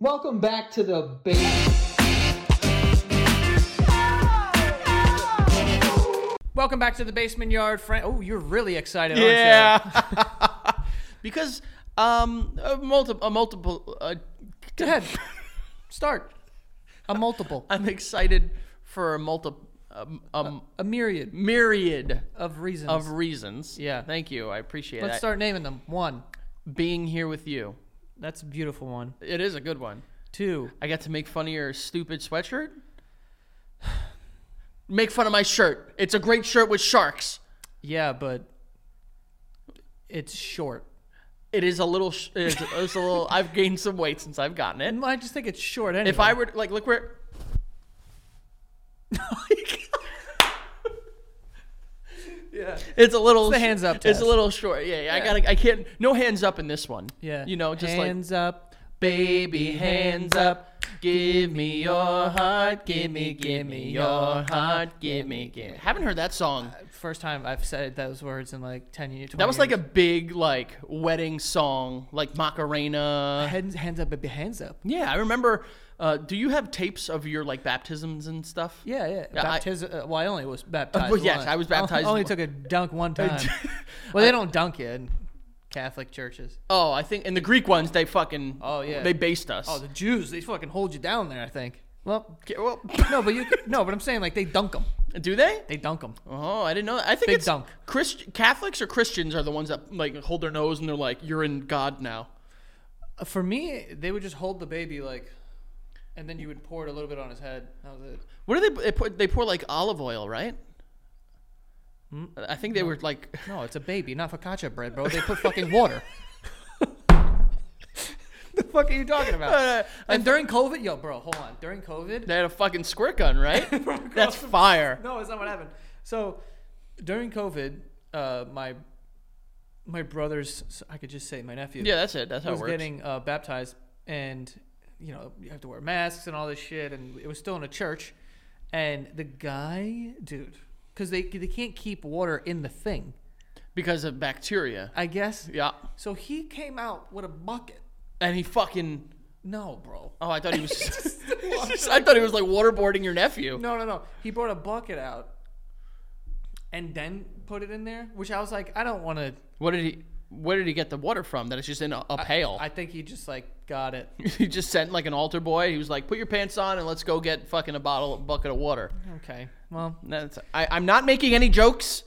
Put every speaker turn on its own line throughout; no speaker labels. Welcome back to the base.
Welcome back to the basement yard, Frank. Oh, you're really excited, aren't you?
Yeah. because um, a multiple, a multiple. Uh,
Go ahead. Start. A multiple,
I'm excited for a multi, um, um,
Uh, a myriad
myriad
of reasons.
of reasons.
Yeah.
Thank you. I appreciate
Let's
it.
start naming them. One.
being here with you.
That's a beautiful one.
It is a good one.
Two.
I got to make fun of your stupid sweatshirt. Make fun of my shirt. It's a great shirt with sharks.
Yeah, but it's short.
It is a little. Sh- it's, it's a little. I've gained some weight since I've gotten it.
I just think it's short anyway.
If I were like, look where.
yeah.
It's a little.
It's the
sh-
hands up
It's
test.
a little short. Yeah, yeah. I gotta. I can't. No hands up in this one.
Yeah.
You know, just like
hands up, baby, hands up. Give me your heart, give me, give me your heart, give me, give. me. Uh,
Haven't heard that song.
First time I've said those words in like ten years.
That was like a big like wedding song, like Macarena.
Uh, hands, hands up, baby, hands up.
Yeah, I remember. Uh, do you have tapes of your like baptisms and stuff?
Yeah, yeah.
Yeah, I-
Baptiz- uh, well, I only was baptized.
well, yes,
once.
I was baptized
I only
once.
took a dunk one time. well, they don't dunk you in Catholic churches.
Oh, I think in the Greek ones they fucking.
Oh, yeah.
They based us.
Oh, the Jews, they fucking hold you down there. I think. Well,
Okay, well,
no, but you no, but I'm saying like they dunk them.
do they?
They dunk them.
Oh, I didn't know. That. I think
Big
it's
dunk.
Christ- Catholics or Christians are the ones that like hold their nose and they're like, "You're in God now."
For me, they would just hold the baby like, and then you would pour it a little bit on his head. That was it.
What do they? They pour, they pour like olive oil, right? I think they were like.
Hmm? No, it's a baby, not focaccia bread, bro. They put fucking water. the fuck are you talking about?
Uh,
And during COVID, yo, bro, hold on. During COVID,
They had a fucking squirt gun, right? That's fire.
no, it's not what happened. So during COVID, uh, my my brother's, I could just say my nephew,
Yeah, that's it. That's how it
was
works.
getting uh, baptized, and you know you have to wear masks and all this shit, and it was still in a church, and the guy, dude, because they they can't keep water in the thing,
because of bacteria.
I guess.
Yeah.
So he came out with a bucket.
And he fucking.
No, bro.
Oh, I thought he was. I thought he was like waterboarding your nephew.
No, no, no. He brought a bucket out, and then put it in there, which I was like, I don't want to.
What did he? Where did he get the water from? That it's just in a, a pail.
I think he just like got it.
he just sent like an altar boy. He was like, "Put your pants on and let's go get fucking a bottle, bucket of water."
Okay. Well,
That's. I, I'm not making any jokes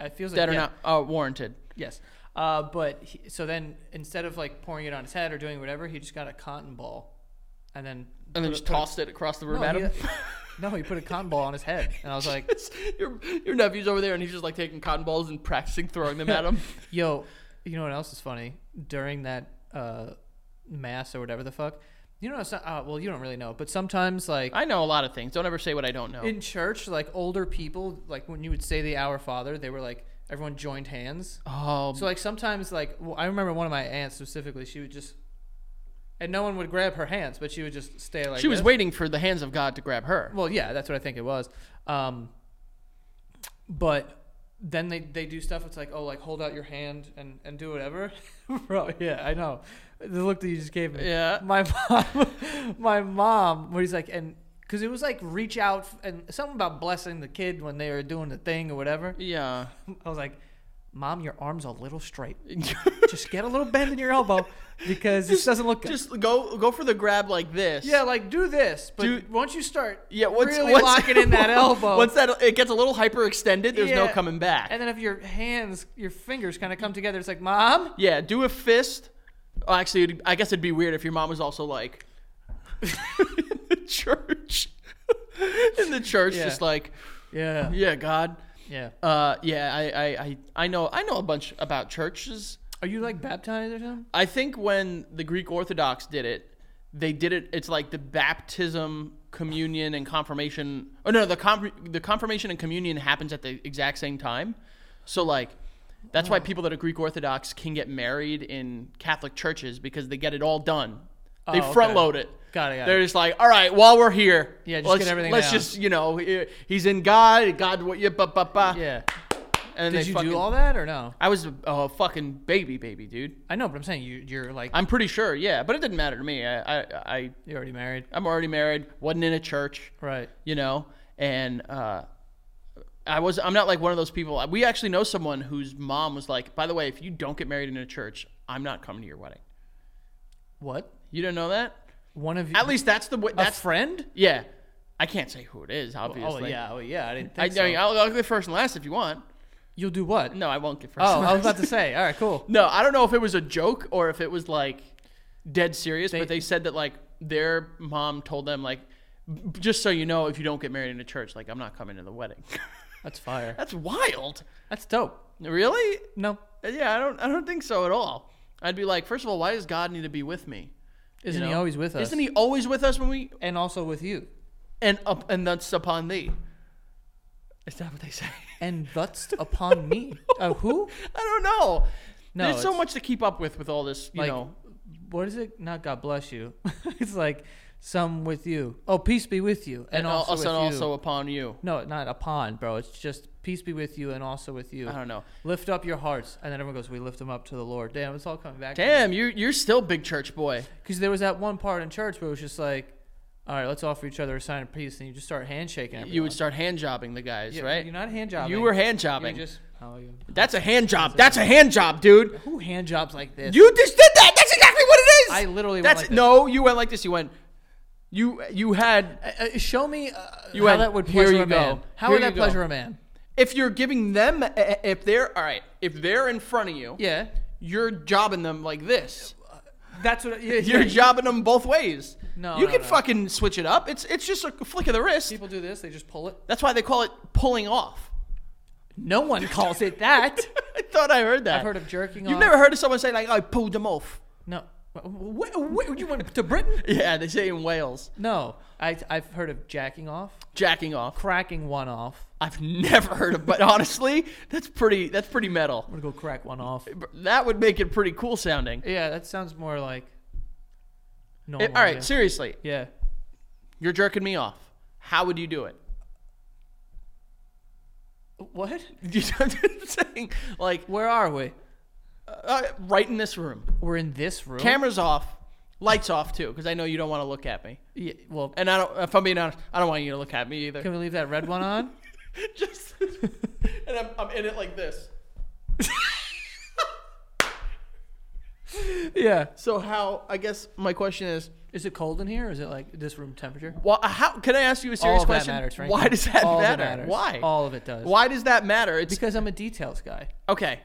it feels like
that are
yeah.
not uh, warranted.
Yes. Uh, but he, so then instead of like pouring it on his head or doing whatever, he just got a cotton ball, and then
And then just tossed it across the room
no,
at him.
he, no, he put a cotton ball on his head, and I was like,
your, your nephew's over there and he's just like taking cotton balls and practicing throwing them at him.
"Yo, you know what else is funny? During that uh, mass or whatever the fuck, you know, so, uh, well, you don't really know, but sometimes like
I know a lot of things. Don't ever say what I don't know.
in church, like older people, like when you would say the Our Father, they were like everyone joined hands.
oh,
So like sometimes like well, I remember one of my aunts specifically, she would just and no one would grab her hands, but she would just stay like
she was
this.
waiting for the hands of God to grab her.
Well, yeah, that's what I think it was. Um, but then they, they do stuff. It's like, oh, like hold out your hand and, and do whatever. Bro, yeah, I know. The look that you just gave me.
Yeah.
My mom, my mom, when he's like, and because it was like reach out and something about blessing the kid when they were doing the thing or whatever.
Yeah.
I was like, mom, your arm's a little straight. Just get a little bend in your elbow because this doesn't look good.
just go go for the grab like this.
yeah, like do this, but
Dude.
once you start,
Yeah, once,
really
once-
locking in that elbow.
Once that it gets a little hyperextended, there's no
Yeah.
coming back.
And then if your hands, your fingers kind of come together, it's like, Mom?
yeah, do a fist. Oh, actually, it'd- I guess it'd be weird if your mom was also like in the church. in the church,
Yeah.
just like,
Yeah.
yeah, God.
Yeah.
Uh, yeah, I, I, I, I know, I know a bunch about churches.
Are you like baptized or something?
I think when the Greek Orthodox did it, they did it. It's like the baptism, communion, and confirmation. Oh no, the com- the confirmation and communion happens at the exact same time. So like, that's
Oh.
why people that are Greek Orthodox can get married in Catholic churches because they get it all done. They
Oh, okay.
front load it.
Got it, got it.
They're just like, all right, while we're here,
Yeah, just
let's,
get everything
Let's
down."
just, you know, he's in God. God, what you, ba, ba, ba.
Yeah.
and
Did
they
you
fucking,
do all that or no?
I was a, a fucking baby, baby, dude.
I know, but I'm saying you, you're like
I'm pretty sure, yeah, but it didn't matter to me. I, I, I
you're already married,
I'm already married. wasn't in a church,
right?
you know, and uh, I was. I'm not like one of those people. We actually know someone whose mom was like, "By the way, if you don't get married in a church, I'm not coming to your wedding."
What?
You don't know that?
One of you?
At least that's the way.
a
That's
friend?
yeah. I can't say who it is, obviously.
Oh yeah, oh yeah. I didn't
I,
think so.
I mean, I'll, I'll get first and last if you want.
You'll do what?
No, I won't get first.
Oh,
and
I was
last.
about to say. All right, cool.
No, I don't know if it was a joke or if it was like dead serious,
They-
but they said that like their mom told them like "B- just so you know if you don't get married in a church, like I'm not coming to the wedding.
That's fire.
That's wild.
That's dope.
Really?
No,
Yeah, I don't I don't think so at all. I'd be like, first of all, why does God need to be with me? You
isn't he
know?
always with us?
Isn't he always with us when we
And also with you.
and up and that's upon thee? Is that what they say?
And that's upon me. Uh, who?
I don't know.
No,
There's so
it's-
much to keep up with with all this, you
Like,
know.
What is it? Not God bless you. it's like some with you. Oh, peace be with you, and, also, with you.
also upon you.
No, not upon, bro. It's just peace be with you, and also with you.
I don't know.
Lift up your hearts, and then everyone goes, "We lift them up to the Lord." Damn, it's all coming back.
Damn, you're you're still big church boy.
Because there was that one part in church where it was just like, "All right, let's offer each other a sign of peace," and you just start handshaking. Everyone.
You would start hand jobbing the guys,
Yeah,
right?
You're not hand jobbing.
You were hand
You're
jobbing.
just how are you?
That's a hand job. That's a hand job, dude.
Who hand jobs like this?
You just did that. That's exactly what it is.
I literally went
That's
like this.
no. You went like this. You went. You you had.
Uh, uh, show me uh,
You
how
went,
that would
"Here
pleasure
you
a man.
go.
How
Here
would
you
that
go."
pleasure a man?
If you're giving them, eh, if they're all right, if they're in front of you,
Yeah,
you're jobbing them like this.
that's what. Yeah,
You're
yeah.
jobbing them both ways.
No,
you
no,
can
no.
fucking switch it up. It's it's just a flick of the wrist.
People do this. They just pull it.
That's why they call it pulling off.
No one calls it that.
I thought I heard that.
I've heard of jerking
You've
off.
never heard of someone say like, "I pulled them off."
No. What, what, you went to Britain?
Yeah, they say in Wales,
No, I, I've heard of jacking off,
jacking off.
cracking one off.
I've never heard of, but honestly, that's pretty. That's pretty metal.
I'm gonna go crack one off.
That would make it pretty cool sounding.
Yeah, that sounds more like. Normal,
Eh, all right,
yeah.
seriously,
yeah.
you're jerking me off. How would you do it?
What?
You know what I'm saying? Like
Where are we?
uh, right in this room,
We're in this room.
cameras off, lights off too, because I know you don't want to look at me,
Yeah, well,
and I don't. If I'm being honest, I don't want you to look at me either.
can we leave that red one on?
Just and I'm, I'm in it like this.
yeah.
So how? I guess my question is.
Is it cold in here? Or is it like this room temperature?
Well, uh, how can I ask you a serious
All of that
question?
matters, Frank.
Why does that
All of it
matter?
matters.
Why?
All of it does.
Why does that matter? It's
Because I'm a details guy.
okay.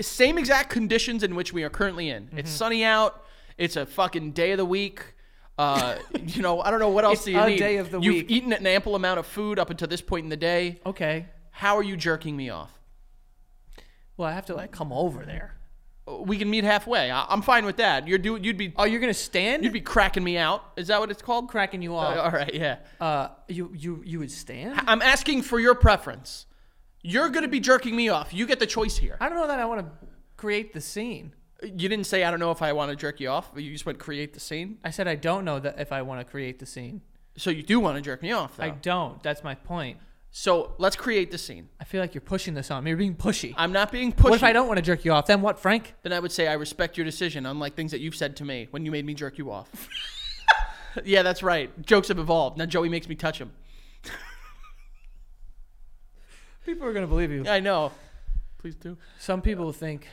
Same exact conditions in which we are currently in. It's
Mm-hmm.
sunny out. It's a fucking day of the week. Uh, you know, I don't know what else
It's
do you
a
need.
day of the
You've
week.
eaten an ample amount of food up until this point in the day.
Okay.
How are you jerking me off?
Well, I have to like come over there.
We can meet halfway. I- I'm fine with that. You're do- You'd be.
Oh, you're gonna stand?
You'd be cracking me out. Is that what it's called?
cracking you
Uh,
off.
All right. Yeah.
Uh, you you you would stand?
I'm asking for your preference. You're going to be jerking me off. You get the choice here.
I don't know that I want to create the scene.
You didn't say I don't know if I want to jerk you off. You just went create the scene.
I said I don't know that if I want to create the scene.
So you do want to jerk me off, though.
I don't. That's my point.
so let's create the scene.
I feel like you're pushing this on me. You're being pushy.
I'm not being pushy.
What if I don't want to jerk you off? Then what, Frank?
Then I would say I respect your decision, unlike things that you've said to me when you made me jerk you off. yeah, that's right. Jokes have evolved. Now Joey makes me touch him.
People are gonna believe you.
I know. Please do.
Some people think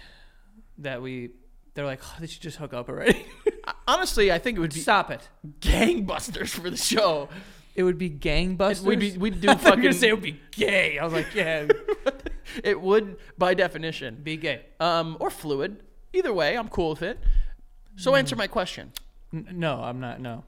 that we. They're like, oh, they should just hook up already.
Honestly, I think it would be
Stop it.
gangbusters for the show.
It would be gangbusters.
We'd be we'd
I
do
thought you were
fucking.
gonna say it would be gay. I was like, yeah,
it would by definition.
be gay.
um, or fluid. Either way, I'm cool with it.
Hmm.
So answer my question.
N- no, I'm not. No,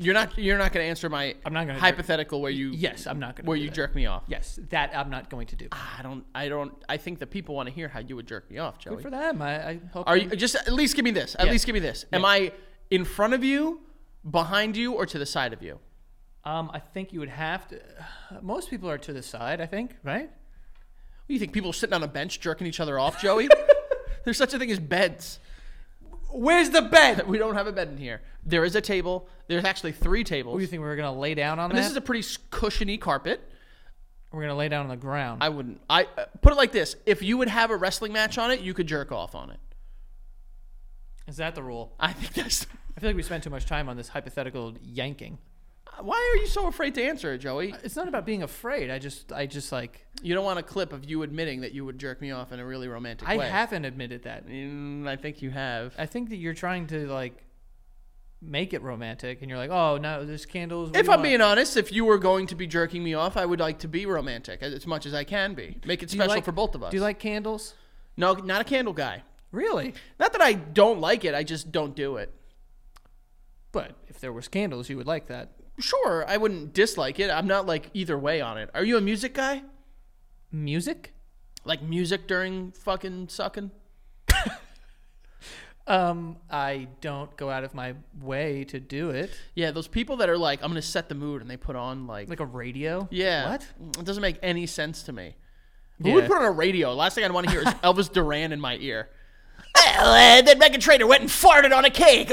You're not you're not going to answer my
I'm not gonna jerk-
hypothetical where you
Yes, I'm not gonna.
where
do
you Ah,
that.
jerk me off.
Yes, that I'm not going to do.
I don't I don't I think the people want to hear how you would jerk me off, Joey.
Good for them. I, I hope.
Are
they-
you just at least give me this? At
Yeah.
least give me this. Am
Yeah.
I in front of you, behind you, or to the side of you?
Um, I think you would have to. Most people are to the side. I think, right?
You think people are sitting on a bench jerking each other off, Joey? There's such a thing as beds.
Where's the bed?
We don't have a bed in here. There is a table. There's actually three tables.
What do you think we were gonna lay down on
this
that?
is a pretty s- cushiony carpet.
We're gonna lay down on the ground.
I wouldn't. I uh, put it like this: if you would have a wrestling match on it, you could jerk off on it.
Is that the rule?
I think that's.
I feel like we spent too much time on this hypothetical yanking.
Why are you so afraid to answer it, Joey?
It's not about being afraid. I just, I just like,
You don't want a clip of you admitting that you would jerk me off in a really romantic
I
way.
haven't admitted that.
Mm, I think you have.
I think that you're trying to like make it romantic, and you're like, oh, no, there's candles. what
If
do you
I'm
want?"
being honest, if you were going to be jerking me off, I would like to be romantic as, as much as I can be. Make it
Do you
special
like-
for both of us.
Do you like candles?
No, not a candle guy.
Really?
Not that I don't like it, I just don't do it.
But if there was candles, you would like that.
Sure, I wouldn't dislike it. I'm not like either way on it. Are you a music guy?
Music?
Like music during fucking sucking?
Um, I don't go out of my way to do it.
Yeah, those people that are like, I'm gonna set the mood, and they put on like,
Like a radio.
yeah,
What?
It doesn't make any sense to me. Who would
Yeah.
put on a radio? Last thing I'd want to hear is Elvis Duran in my ear. Well, uh, then Megan Trainor went and farted on a cake.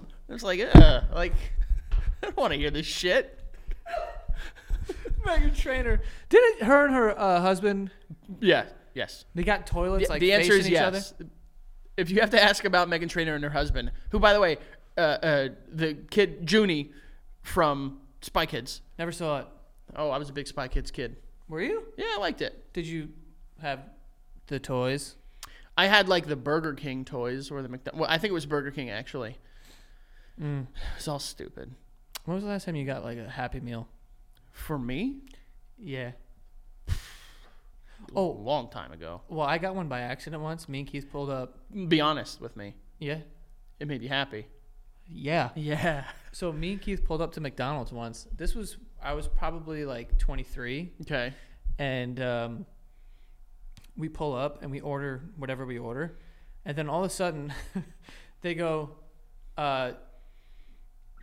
It's like, uh, like, I don't want to hear this shit.
Megan Trainer. Didn't her and her uh, husband?
Yeah. Yes.
They got toilets like
the answer
facing
is
each other.
yes. If you have to ask about Megan Trainor and her husband, who, by the way, uh, uh, the kid Junie from Spy Kids.
Never saw it.
Oh, I was a big Spy Kids kid.
Were you?
Yeah, I liked it.
Did you have the toys?
I had like the Burger King toys or the McDonald's. Well, I think it was Burger King actually. It's all stupid.
When was the last time you got like a Happy Meal?
For me,
Yeah.
a
Oh
long time ago.
well, I got one by accident once. Me and Keith pulled up.
Be honest with me.
Yeah.
It made you happy.
Yeah.
Yeah.
So me and Keith pulled up to McDonald's once. This was I was probably like 23,
Okay.
and um, we pull up and we order whatever we order, and then all of a sudden, they go, uh,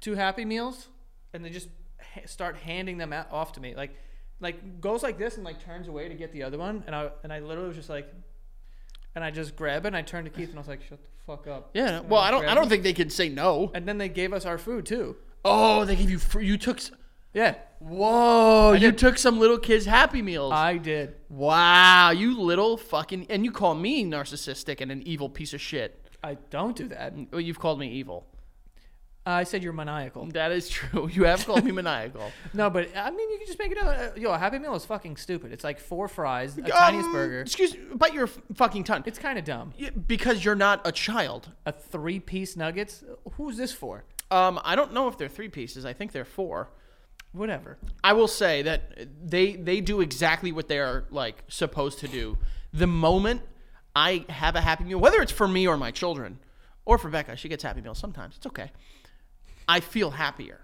two Happy Meals, and they just ha- start handing them out, off to me like. Like goes like this and like turns away to get the other one, and I and I literally was just like, and I just grab it and I turned to Keith and I was like, "Shut the fuck up."
Yeah.
And
Well, I don't.
grabbed
I
it.
don't think they could say no.
And then they gave us our food too.
Oh, they gave you. Free, you took. s-
Yeah,
Whoa! Oh, you
did.
took some little kids Happy Meals.
I did.
wow! You little fucking. And you call me narcissistic and an evil piece of shit.
I don't do that.
Well, you've called me evil.
I said you're maniacal.
That is true. You have called me maniacal.
No, but I mean, you can just make it up. Uh, Yo, a Happy Meal is fucking stupid. It's like four fries, a tiniest
Um,
burger.
Excuse me, bite your f- fucking tongue.
It's kind of dumb.
Y- because you're not a child.
A three piece nuggets? Who's this for?
Um, I don't know if they're three pieces. I think they're four.
Whatever.
I will say that they they do exactly what they are like supposed to do. The moment I have a happy meal, whether it's for me or my children, or for Becca, she gets happy meals sometimes. It's okay. I feel happier.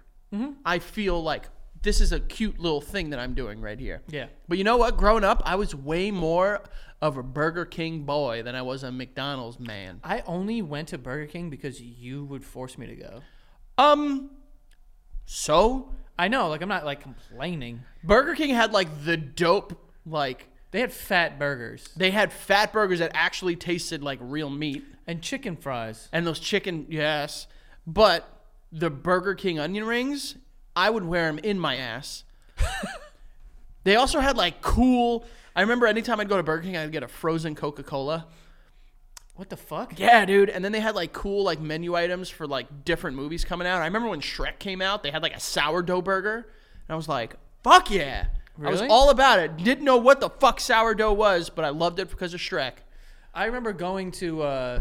I feel like this is a cute little thing that I'm doing right here.
Yeah.
But you know what? Growing up, I was way more of a Burger King boy than I was a McDonald's man.
I only went to Burger King because you would force me to go.
Um, so
I know, like, I'm not like complaining.
Burger King had like the dope like
They had fat burgers
They had fat burgers that actually tasted like real meat,
and chicken fries.
and those chicken, yes. But the Burger King onion rings, I would wear them in my ass. they also had like cool. I remember anytime I'd go to Burger King, I'd get a frozen Coca Cola.
What the fuck?
Yeah, dude. And then they had like cool like menu items for like different movies coming out. I remember when Shrek came out, they had like a sourdough burger, and I was like, "Fuck yeah!" I was
Really?
all about it. Didn't know what the fuck sourdough was, but I loved it because of Shrek.
I remember going to, uh,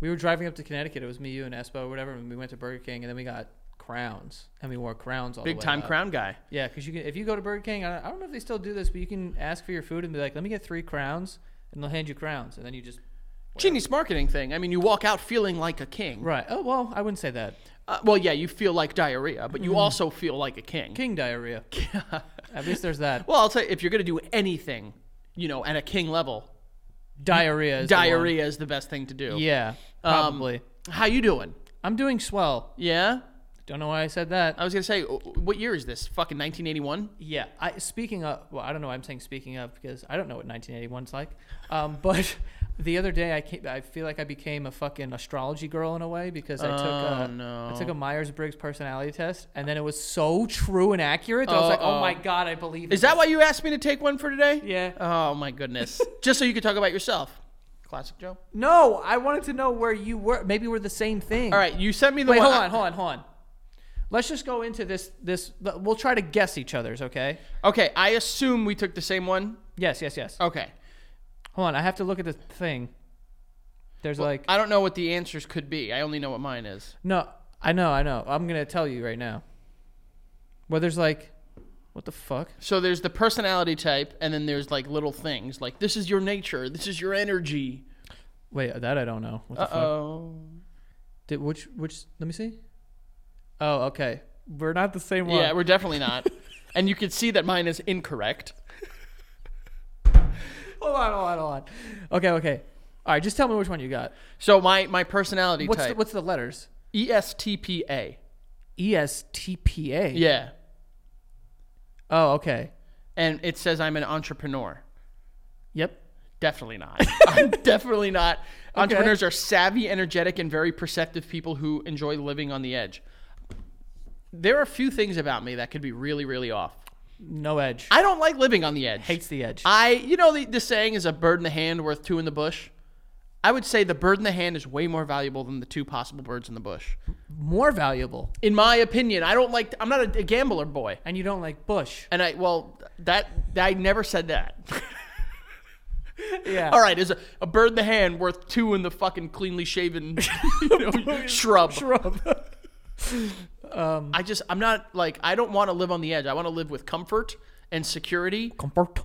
we were driving up to Connecticut. It was me, you, and Espo, whatever. And we went to Burger King and then we got crowns and we wore crowns all the
Big
way
time
up.
crown guy.
Yeah, because you can if you go to Burger King, I I don't know if they still do this, but you can ask for your food and be like, "Let me get three crowns," and they'll hand you crowns, and then you just
genius marketing thing. I mean, you walk out feeling like a king.
right. Oh well, I wouldn't say that.
Uh, well, yeah, you feel like diarrhea, but you also feel like a king.
Mm-hmm. King diarrhea. At least there's that.
Well, I'll say if you're gonna do anything, you know, at a king level,
Diarrhea. Is the one.
diarrhea is the best thing to do.
Yeah,
Um,
probably.
how you doing?
I'm doing swell.
Yeah.
Don't know why I said that.
I was gonna say, w- w- what year is this? Fucking 1981.
yeah. I speaking of. Well, I don't know. why I'm saying speaking of because I don't know what 1981's like. Um, but The other day, I came, I feel like I became a fucking astrology girl in a way because I
Oh,
took a,
no.
I took a Myers Briggs personality test, and then it was so true and accurate. That I was like, oh
Uh-oh.
my god, I believe.
Is
in
that why you asked me to take one for today?
Yeah.
Oh my goodness. Just so you could talk about yourself. Classic Joe.
this." No, I wanted to know where you were. Maybe we're the same thing.
All right, you sent me the
Wait,
one.
hold on, hold on, hold on. Let's just go into this. This we'll try to guess each other's. Okay.
Okay, I assume we took the same one.
Yes, yes, yes.
Okay.
Hold on, I have to look at the thing. There's like
I don't know what the answers could be. I only know what mine is.
no, I know, I know. I'm gonna tell you right now. Well, there's like, what the fuck?
So there's the personality type, and then there's like little things like this is your nature, this is your energy.
Wait, that I don't know. What the
Uh
fuck?
oh.
Did which which? Let me see. Oh, okay. We're not the same one.
Yeah, we're definitely not. and you can see that mine is incorrect.
hold on, hold on, hold on. Okay, okay. All right, just tell me which one you got.
So my my personality
What's the,
type E
what's the letters? E
ESTPA.
ESTPA.
Yeah.
Oh, okay.
And it says I'm an entrepreneur.
Yep.
Definitely not. I'm definitely not. Entrepreneurs are savvy, energetic, and very perceptive people who enjoy living on the edge. There are a few things about me that could be really, really off.
No edge.
I don't like living on the edge.
Hates the edge.
I, you know, the, the saying is a bird in the hand worth two in the bush. I would say the bird in the hand is way more valuable than the two possible birds in the bush.
More valuable.
In my opinion, I don't like. I'm not a, a gambler boy,
And you don't like Bush.
and I well that I never said that.
Yeah.
All right, is a, a bird in the hand worth two in the fucking cleanly shaven you know, shrub?
Shrub.
I just, I'm not like, I don't want to live on the edge. I want to live with comfort and security,
Comfort.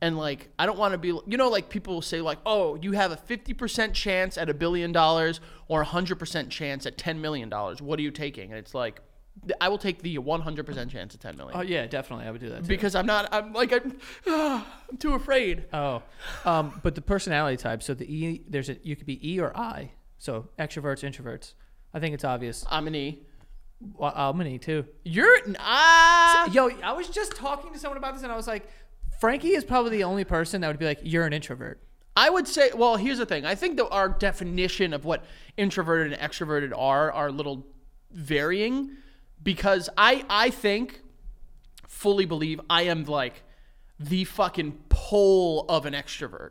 and like, I don't want to be, you know, like people say like, oh, you have a 50% chance at a billion dollars or a 100% chance at 10 million dollars. What are you taking? And it's like, th- I will take the 100% chance at 10 million
Oh yeah, definitely. I would do that. Too.
because I'm not, I'm like, I'm, I'm too afraid. Uh,
Oh, um, but the personality type. So the E, there's a you could be E or I. So extroverts, introverts. I think it's obvious.
I'm an E.
Well, I'm an E too.
You're ah, an I.
Yo, I was just talking to someone about this, and I was like, Frankie is probably the only person that would be like, you're an introvert.
I would say, well, here's the thing. I think that our definition of what introverted and extroverted are are a little varying because I I think fully believe I am like the fucking pole of an extrovert.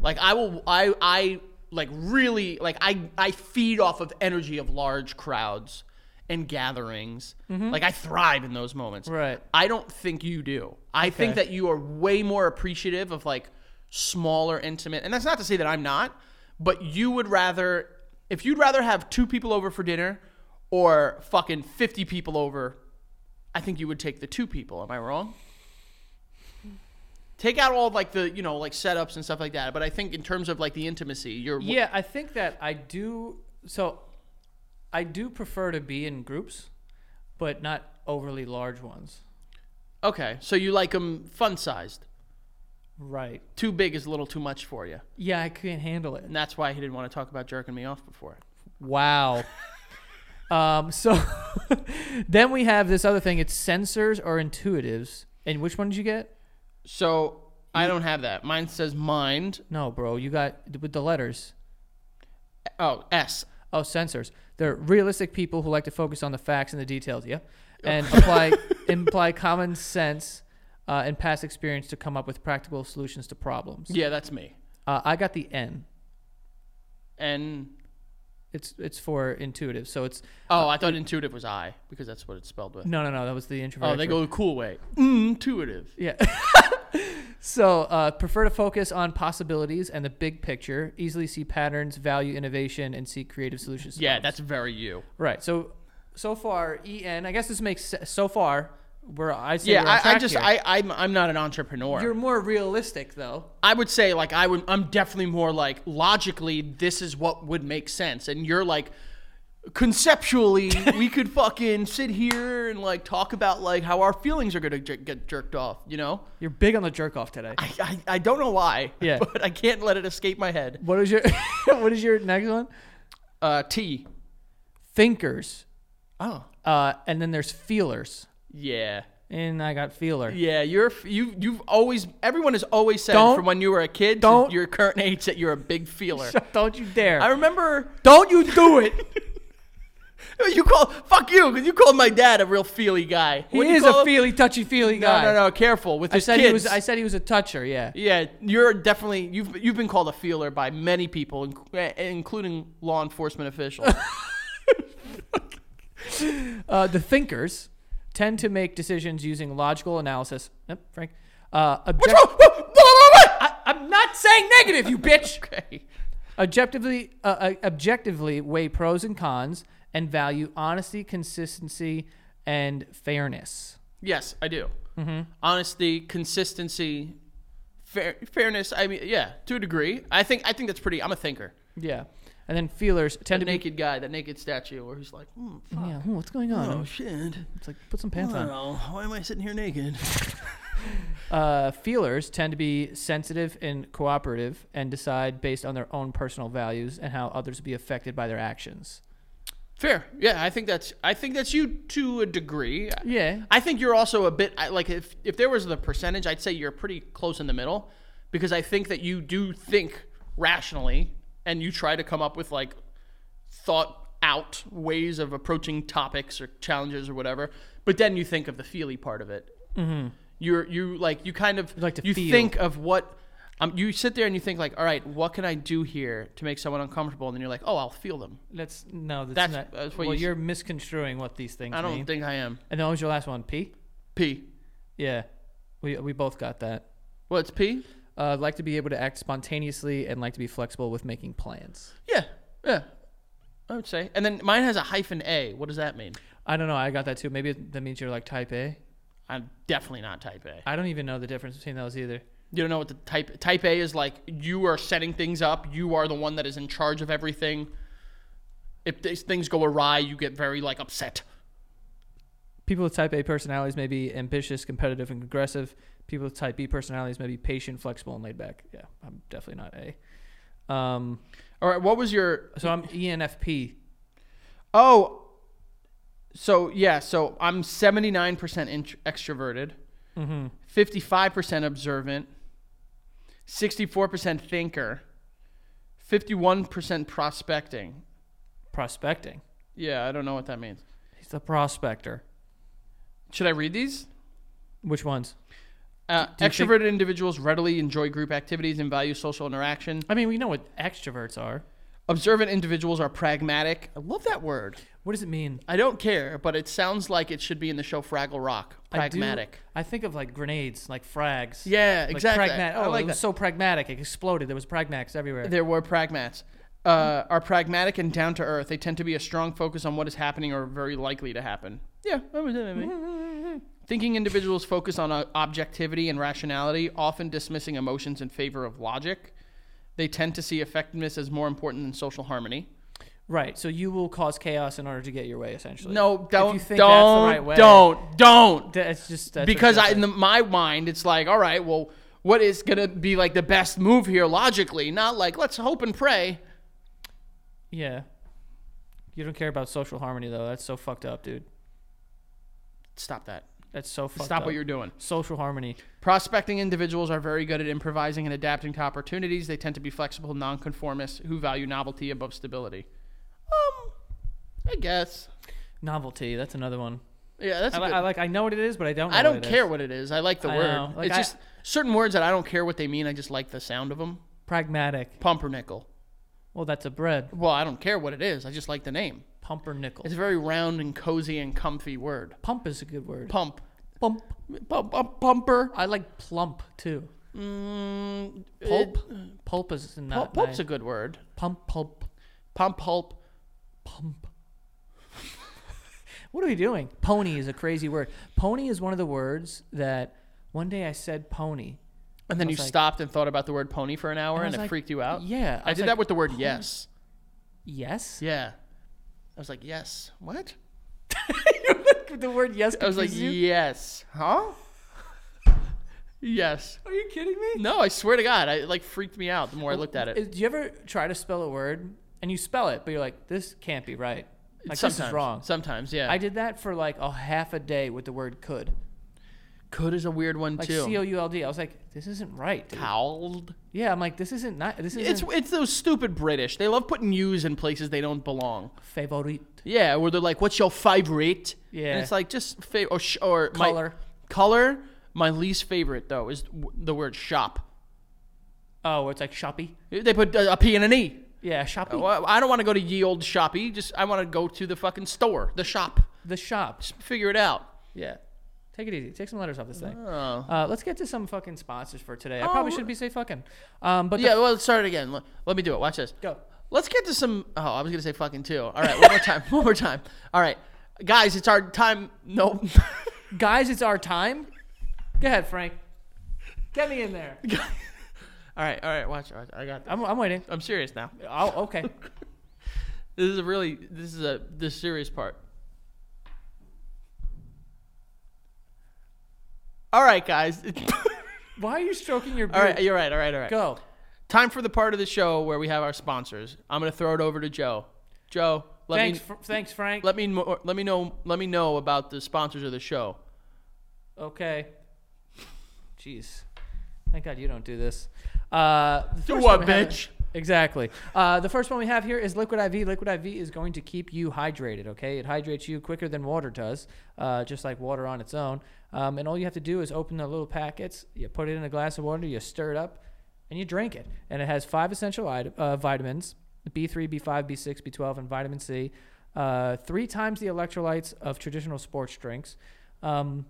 Like I will I I like really like I I feed off of energy of large crowds and gatherings. Like I thrive in those moments.
Mm-hmm. Right.
I don't think you do. I think
Okay.
that you are way more appreciative of like smaller, intimate, and that's not to say that I'm not, but you would rather, if you'd rather have two people over for dinner or fucking 50 people over, I think you would take the two people. Am I wrong? Take out all like the, you know, like setups and stuff like that. But I think in terms of like the intimacy, you're.
Yeah, I think that I do. So, I do prefer to be in groups, but not overly large ones.
Okay. So you like them fun sized.
Right.
Too big is a little too much for you.
Yeah, I can't handle it.
And that's why he didn't want to talk about jerking me off before.
Wow. um, so then we have this other thing. It's sensors or intuitives. And which one did you get?
So I don't have that. Mine says mind.
No, bro. You got with the letters.
Oh, S.
Oh, sensors. They're realistic people who like to focus on the facts and the details. Yeah. And apply imply common sense uh, and past experience to come up with practical solutions to problems.
Yeah, that's me.
Uh, I got the N.
And
It's it's for intuitive. So it's
oh, I thought intuitive was I because that's what it's spelled with.
no, no, no. That was the introvert.
Oh, they go the cool way. Intuitive.
Yeah. so uh, prefer to focus on possibilities and the big picture, easily see patterns, value innovation, and seek creative solutions. to
Yeah,
problems.
that's very you.
right. So so far, En. I guess this makes se- so far where I say
Yeah,
we're on
I, I
track
just
here.
I I'm, I'm not an entrepreneur.
you're more realistic though.
I would say like I would I'm definitely more like logically this is what would make sense, and you're like conceptually we could fucking sit here and like talk about like how our feelings are gonna jer- get jerked off. You know,
You're big on the jerk off today.
I, I I don't know why.
Yeah.
but I can't let it escape my head.
What is your what is your next one?
Uh, T.
Thinkers,
Oh.
uh, and then there's feelers.
Yeah.
and I got feeler.
Yeah, you're f- you you've always everyone has always said
Don't-
from when you were a kid
don't-
to your current age that you're a big feeler.
Don't you dare!
I remember
Don't you do it!
you call fuck you 'cause you called my dad a real feely guy.
he
What'd you
is
call
a
him?
feely, touchy feely
No,
guy.
no, no. Careful with
I
his
said
kids.
he was. I said he was a toucher. Yeah.
yeah, you're definitely you've you've been called a feeler by many people, inc- eh, including law enforcement officials.
Uh, the thinkers tend to make decisions using logical analysis. Yep, Frank. Uh, object- I, I'm not saying negative, you bitch.
okay.
objectively uh, uh, objectively weigh pros and cons and value honesty consistency and fairness
Yes, I do.
Mm-hmm.
Honesty, consistency, fair, fairness. I mean, yeah, to a degree. I think I think that's pretty. I'm a thinker.
yeah and then feelers tend
The
to
naked guy, that naked statue, where he's like, hmm,
be
fuck.
yeah "Ooh, what's going on
oh shit.
it's like put some pants on
Wow, why am I sitting here naked?
uh, feelers tend to be sensitive and cooperative and decide based on their own personal values and how others will be affected by their actions
Fair. Yeah, I think that's I think that's you to a degree.
yeah
I think you're also a bit I- like if if there was the percentage, I'd say you're pretty close in the middle because I think that you do think rationally and you try to come up with like thought out ways of approaching topics or challenges or whatever. But then you think of the feely part of it. Mm-hmm. You're you like you kind of
like to
you
feel.
think of what. Um, you sit there and you think like, all right, what can I do here to make someone uncomfortable? And then you're like, oh, I'll feel them.
that's no that's,
That's-
not
that's what
well
you s-
you are misconstruing what these things
I don't
mean
think I am.
and then what was your last one p
P.
yeah we, we both got that
Well, it's P.
Uh, like to be able to act spontaneously and like to be flexible with making plans.
Yeah, yeah, I would say. And then mine has a hyphen A. What does that mean?
I don't know. I got that too. Maybe that means you're like type A.
I'm definitely not type A.
I don't even know the difference between those either.
You don't know what the type type A is like. You are setting things up. You are the one that is in charge of everything. If these things go awry, you get very like upset.
People with type A personalities may be ambitious, competitive, and aggressive. People with type B personalities may be patient, flexible, and laid back. Yeah, I'm definitely not A. Um,
All right, what was your?
so I'm E ENFP.
Oh, so yeah, so I'm 79 percent extroverted, Mm-hmm. 55 percent observant, 64 percent thinker, 51 percent prospecting,
Prospecting.
Yeah, I don't know what that means.
He's a prospector.
Should I read these?
Which ones?
Uh,
do you think-
extroverted individuals readily enjoy group activities and value social interaction.
I mean, we know what extroverts are.
Observant individuals are pragmatic. I love that word.
What does it mean?
I don't care, but it sounds like it should be in the show Fraggle Rock.
I do-
Pragmatic.
I, think of like grenades, like frags.
Yeah,
Like
exactly.
pragma-
I
oh,
like
it
that.
was so pragmatic. It exploded. There was pragmatics everywhere.
there were pragmats. Uh, are pragmatic and down to earth. They tend to be a strong focus on what is happening or very likely to happen. Yeah, that was it. I mean. Thinking individuals focus on uh, objectivity and rationality, often dismissing emotions in favor of logic. They tend to see effectiveness as more important than social harmony.
right. So you will cause chaos in order to get your way, essentially.
No, don't,
If you think
don't,
that's the right way,
don't, don't,
That's just that's what
because
you're
I,
saying.
in the, my mind, it's like, all right, well, what is gonna be like the best move here logically? Not like let's hope and pray.
yeah. You don't care about social harmony though. That's so fucked up, dude.
Stop that.
That's so fucked
Stop
up.
what you're doing.
social harmony.
Prospecting individuals are very good at improvising and adapting to opportunities. They tend to be flexible nonconformists who value novelty above stability. Um, I guess.
Novelty. That's another one.
Yeah, that's.
I,
a
li-
good-
I like. I know what it is, but I don't. Know
I
what
don't
it
care
is.
what it is. I like the
I
word.
know. Like,
it's
I-
just certain words that I don't care what they mean. I just like the sound of them.
Pragmatic.
Pumpernickel.
Well, that's a bread.
Well, I don't care what it is. I just like the name.
Pumpernickel.
It's a very round and cozy and comfy word.
Pump is a good word.
Pump.
Pump.
Pump, pump pumper.
I like plump too.
Mm,
Pulp. Uh,
it-
pulp is
pul-
not.
pulp's
nice.
a good word.
Pump. Pulp.
Pump pulp.
Pump. what are we doing? Pony is a crazy word. Pony is one of the words that one day I said pony.
And then
I
you
was like-
stopped and thought about the word pony for an hour
I
and,
was
it
like,
freaked you out?
Yeah.
I,
was
did
like,
that with the word yes.
Yes.
Yeah. I was like, yes. What?
the word yes.
I was like,
confuses you?
yes. Huh? yes.
Are you kidding me?
No, I swear to God. I, it like freaked me out the more I looked at it.
Is- Do you ever try to spell a word and you spell it, but you're like, this can't be right. Like
sometimes.
this is wrong.
Sometimes, yeah.
I did that for like a half a day with the word could.
Could is a weird one
like
too.
C O U L D. I was like, this isn't right. dude.
Cowled.
Yeah, I'm like, this isn't not. This isn't
It's it's those stupid British. They love putting U's in places they don't belong.
favorite.
Yeah, where they're like, "What's your favorite?"
Yeah.
and it's like just fa- or sh- or my-
Color.
color. My least favorite though is w- the word shop.
Oh, it's like shoppy.
They put a, a P and an E.
Yeah, shoppy.
Well, I don't want to go to ye old shoppy. Just I want to go to the fucking store, the shop.
The shop.
Figure it out.
Yeah. Take it easy. Take some letters off this thing.
Oh.
Uh, let's get to some fucking sponsors for today. I probably
Oh.
should be say fucking. Um, but
Yeah, well, let's start it again. Let, let me do it. Watch this.
Go.
Let's get to some. Oh, I was gonna say fucking too. All right, one more time. One more time. All right, guys, it's our time. No,
the- guys, it's our time. Go ahead, Frank. Get me in there.
all right, all right. Watch, watch. I got. This.
I'm, I'm waiting.
I'm serious now.
Oh, okay.
This is a really. This is a the serious part. All right, guys.
Why are you stroking your beard?
all right, uh, you're right. All right, all right.
Go.
Time for the part of the show where we have our sponsors. I'm gonna throw it over to Joe. Joe, let
thanks,
me
fr- thanks, Frank.
let me mo- let me know let me know about the sponsors of the show.
okay. Jeez. Thank God you don't do this. Uh, the first
what,
one we have-
bitch?
Exactly. Uh, the first one we have here is Liquid IV. Liquid IV is going to keep you hydrated, okay? It hydrates you quicker than water does, uh, just like water on its own. Um, and all you have to do is open the little packets, you put it in a glass of water, you stir it up, and you drink it. And it has five essential it- uh, vitamins B3, B5, B6, B12, and vitamin C, uh, three times the electrolytes of traditional sports drinks. Um,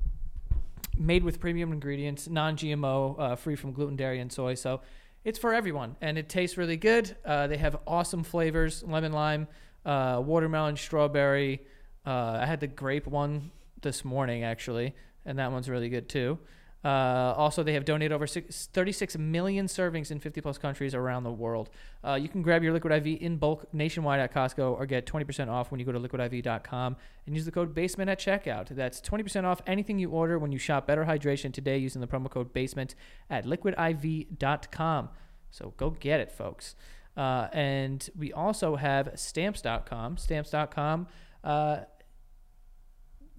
made with premium ingredients, non-GMO, uh, free from gluten, dairy, and soy. So it's for everyone, and it tastes really good. Uh, they have awesome flavors: lemon, lime, uh, watermelon, strawberry. Uh, I had the grape one this morning actually, and that one's really good too. Uh, also, they have donated over six, 36 million servings in 50 plus countries around the world. Uh, you can grab your Liquid IV in bulk nationwide at Costco or get 20% off when you go to liquidiv.com and use the code BASEMENT at checkout. That's 20% off anything you order when you shop Better Hydration today using the promo code BASEMENT at liquidiv.com. So go get it, folks. Uh, and we also have stamps.com. Stamps.com. Uh,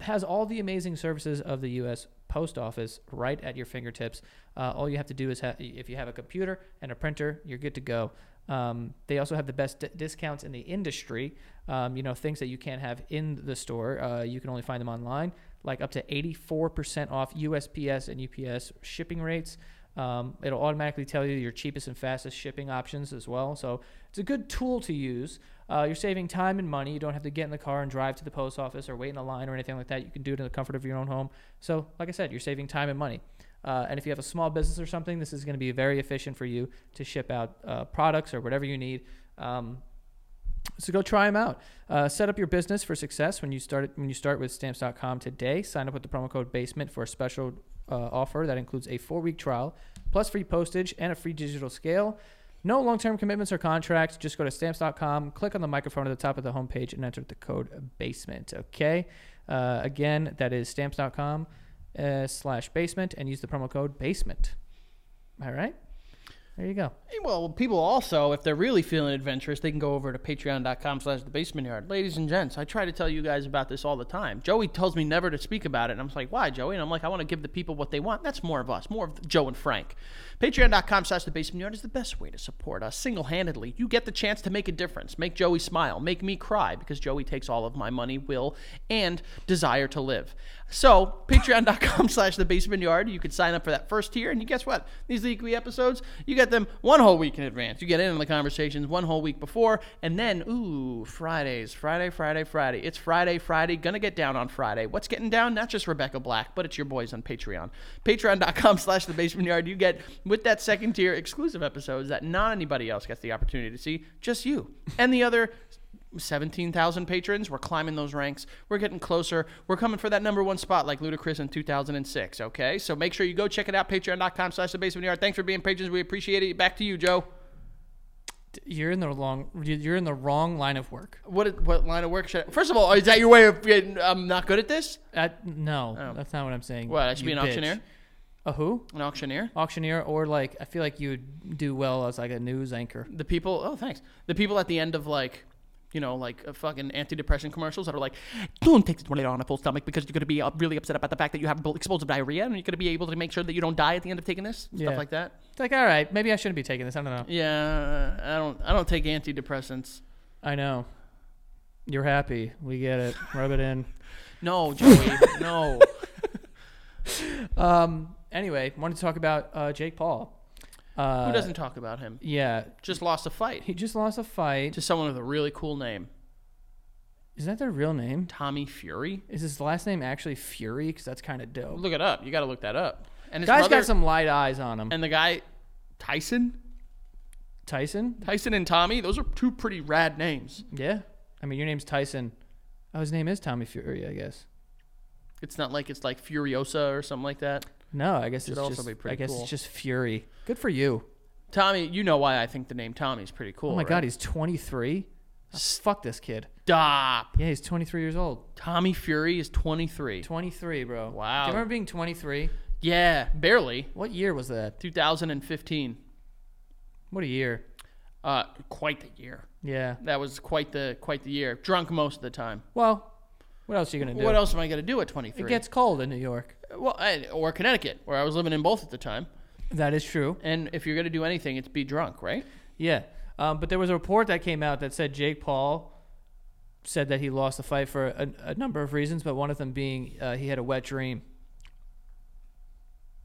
has all the amazing services of the U.S. Post Office right at your fingertips. Uh, all you have to do is, ha- if you have a computer and a printer, you're good to go. Um, they also have the best d- discounts in the industry. Um, you know, things that you can't have in the store, uh, you can only find them online, like up to 84% off USPS and UPS shipping rates. Um, it'll automatically tell you your cheapest and fastest shipping options as well. So it's a good tool to use. Uh, you're saving time and money. You don't have to get in the car and drive to the post office or wait in a line or anything like that. You can do it in the comfort of your own home. So, like I said, you're saving time and money. Uh, and if you have a small business or something, this is going to be very efficient for you to ship out uh, products or whatever you need. Um, so go try them out. Uh, set up your business for success when you start when you start with stamps.com today. Sign up with the promo code basement for a special uh, offer that includes a 4-week trial plus free postage and a free digital scale. No long-term commitments or contracts. Just go to stamps.com, click on the microphone at the top of the homepage and enter the code basement, okay? Uh, again, that is stamps.com uh, slash basement and use the promo code basement. All right? There you go.
Hey, Well, people also, if they're really feeling adventurous, they can go over to patreon.com slash the basement yard. Ladies and gents, I try to tell you guys about this all the time. Joey tells me never to speak about it, and I'm just like, why, Joey? And I'm like, I want to give the people what they want. That's more of us, more of Joe and Frank. Patreon.com slash the basement yard is the best way to support us single handedly. You get the chance to make a difference, make Joey smile, make me cry, because Joey takes all of my money, will, and desire to live. So, patreon.com slash the basement yard. You can sign up for that first tier. And you guess what? These weekly episodes, you get them one whole week in advance. You get in on the conversations one whole week before. And then, ooh, Fridays, Friday, Friday, Friday. It's Friday, Friday. Gonna get down on Friday. What's getting down? Not just Rebecca Black, but it's your boys on Patreon. Patreon.com slash the basement yard. You get, with that second tier, exclusive episodes that not anybody else gets the opportunity to see, just you. And the other 17,000 patrons. We're climbing those ranks. We're getting closer. We're coming for that number one spot like Ludacris in 2006, okay? So make sure you go check it out, patreon.com slash the basement yard. Thanks for being patrons. We appreciate it. Back to you, Joe.
You're in the long you're in the wrong line of work.
What, what line of work should I... First of all, is that your way of getting, I'm not good at this?
Uh, no, that's not what I'm saying.
Oh. What, I should
you
be an
bitch.
auctioneer?
A who?
An auctioneer?
Auctioneer, or like I feel like you would do well as like a news anchor.
The people... Oh, thanks. The people at the end of, like... you know, like uh, fucking antidepressant commercials that are like, don't take this one on a full stomach because you're going to be uh, really upset about the fact that you have bl- explosive diarrhea and you're going to be able to make sure that you don't die at the end of taking this
Yeah.
stuff like that.
It's like, all right, maybe I shouldn't be taking this. I don't know.
Yeah, I don't. I don't take antidepressants.
I know. You're happy. We get it. Rub it in.
No, Joey. no.
Um. Anyway, wanted to talk about uh, Jake Paul. Uh,
Who doesn't talk about him?
Yeah,
Just lost a fight
he just lost a fight.
to someone with a really cool name,
Is that their real name?
Tommy Fury.
Is his last name actually Fury? Because that's kind of dope.
Look it up. You got to look that up. And his
Guy's
brother,
got some light eyes on him.
and the guy Tyson,
Tyson?
Tyson and Tommy. Those are two pretty rad names.
Yeah. I mean, your name's Tyson. Oh, his name is Tommy Fury, I guess.
It's not like it's like Furiosa or something like that.
No, I guess
Should
it's
also
just.
be
I
pretty
guess
cool.
it's just Fury. Good for you.
Tommy, you know why I think the name Tommy is pretty cool.
Oh my
right?
God, he's 23. Fuck this kid.
Stop.
Yeah, he's 23 years old.
Tommy Fury is 23.
23, bro.
Wow.
Do you remember being 23?
Yeah, barely.
What year was that?
2015.
What a year.
Uh, quite the year.
Yeah.
That was quite the quite the year. Drunk most of the time.
Well, what else are you gonna do?
What else am I gonna do at 23?
It gets cold in New York.
well, I, or Connecticut, where I was living in both at the time.
That is true.
And if you're gonna do anything, it's be drunk, right?
Yeah. Um, but there was a report that came out that said Jake Paul said that he lost the fight for a, a number of reasons, but one of them being uh, he had a wet dream.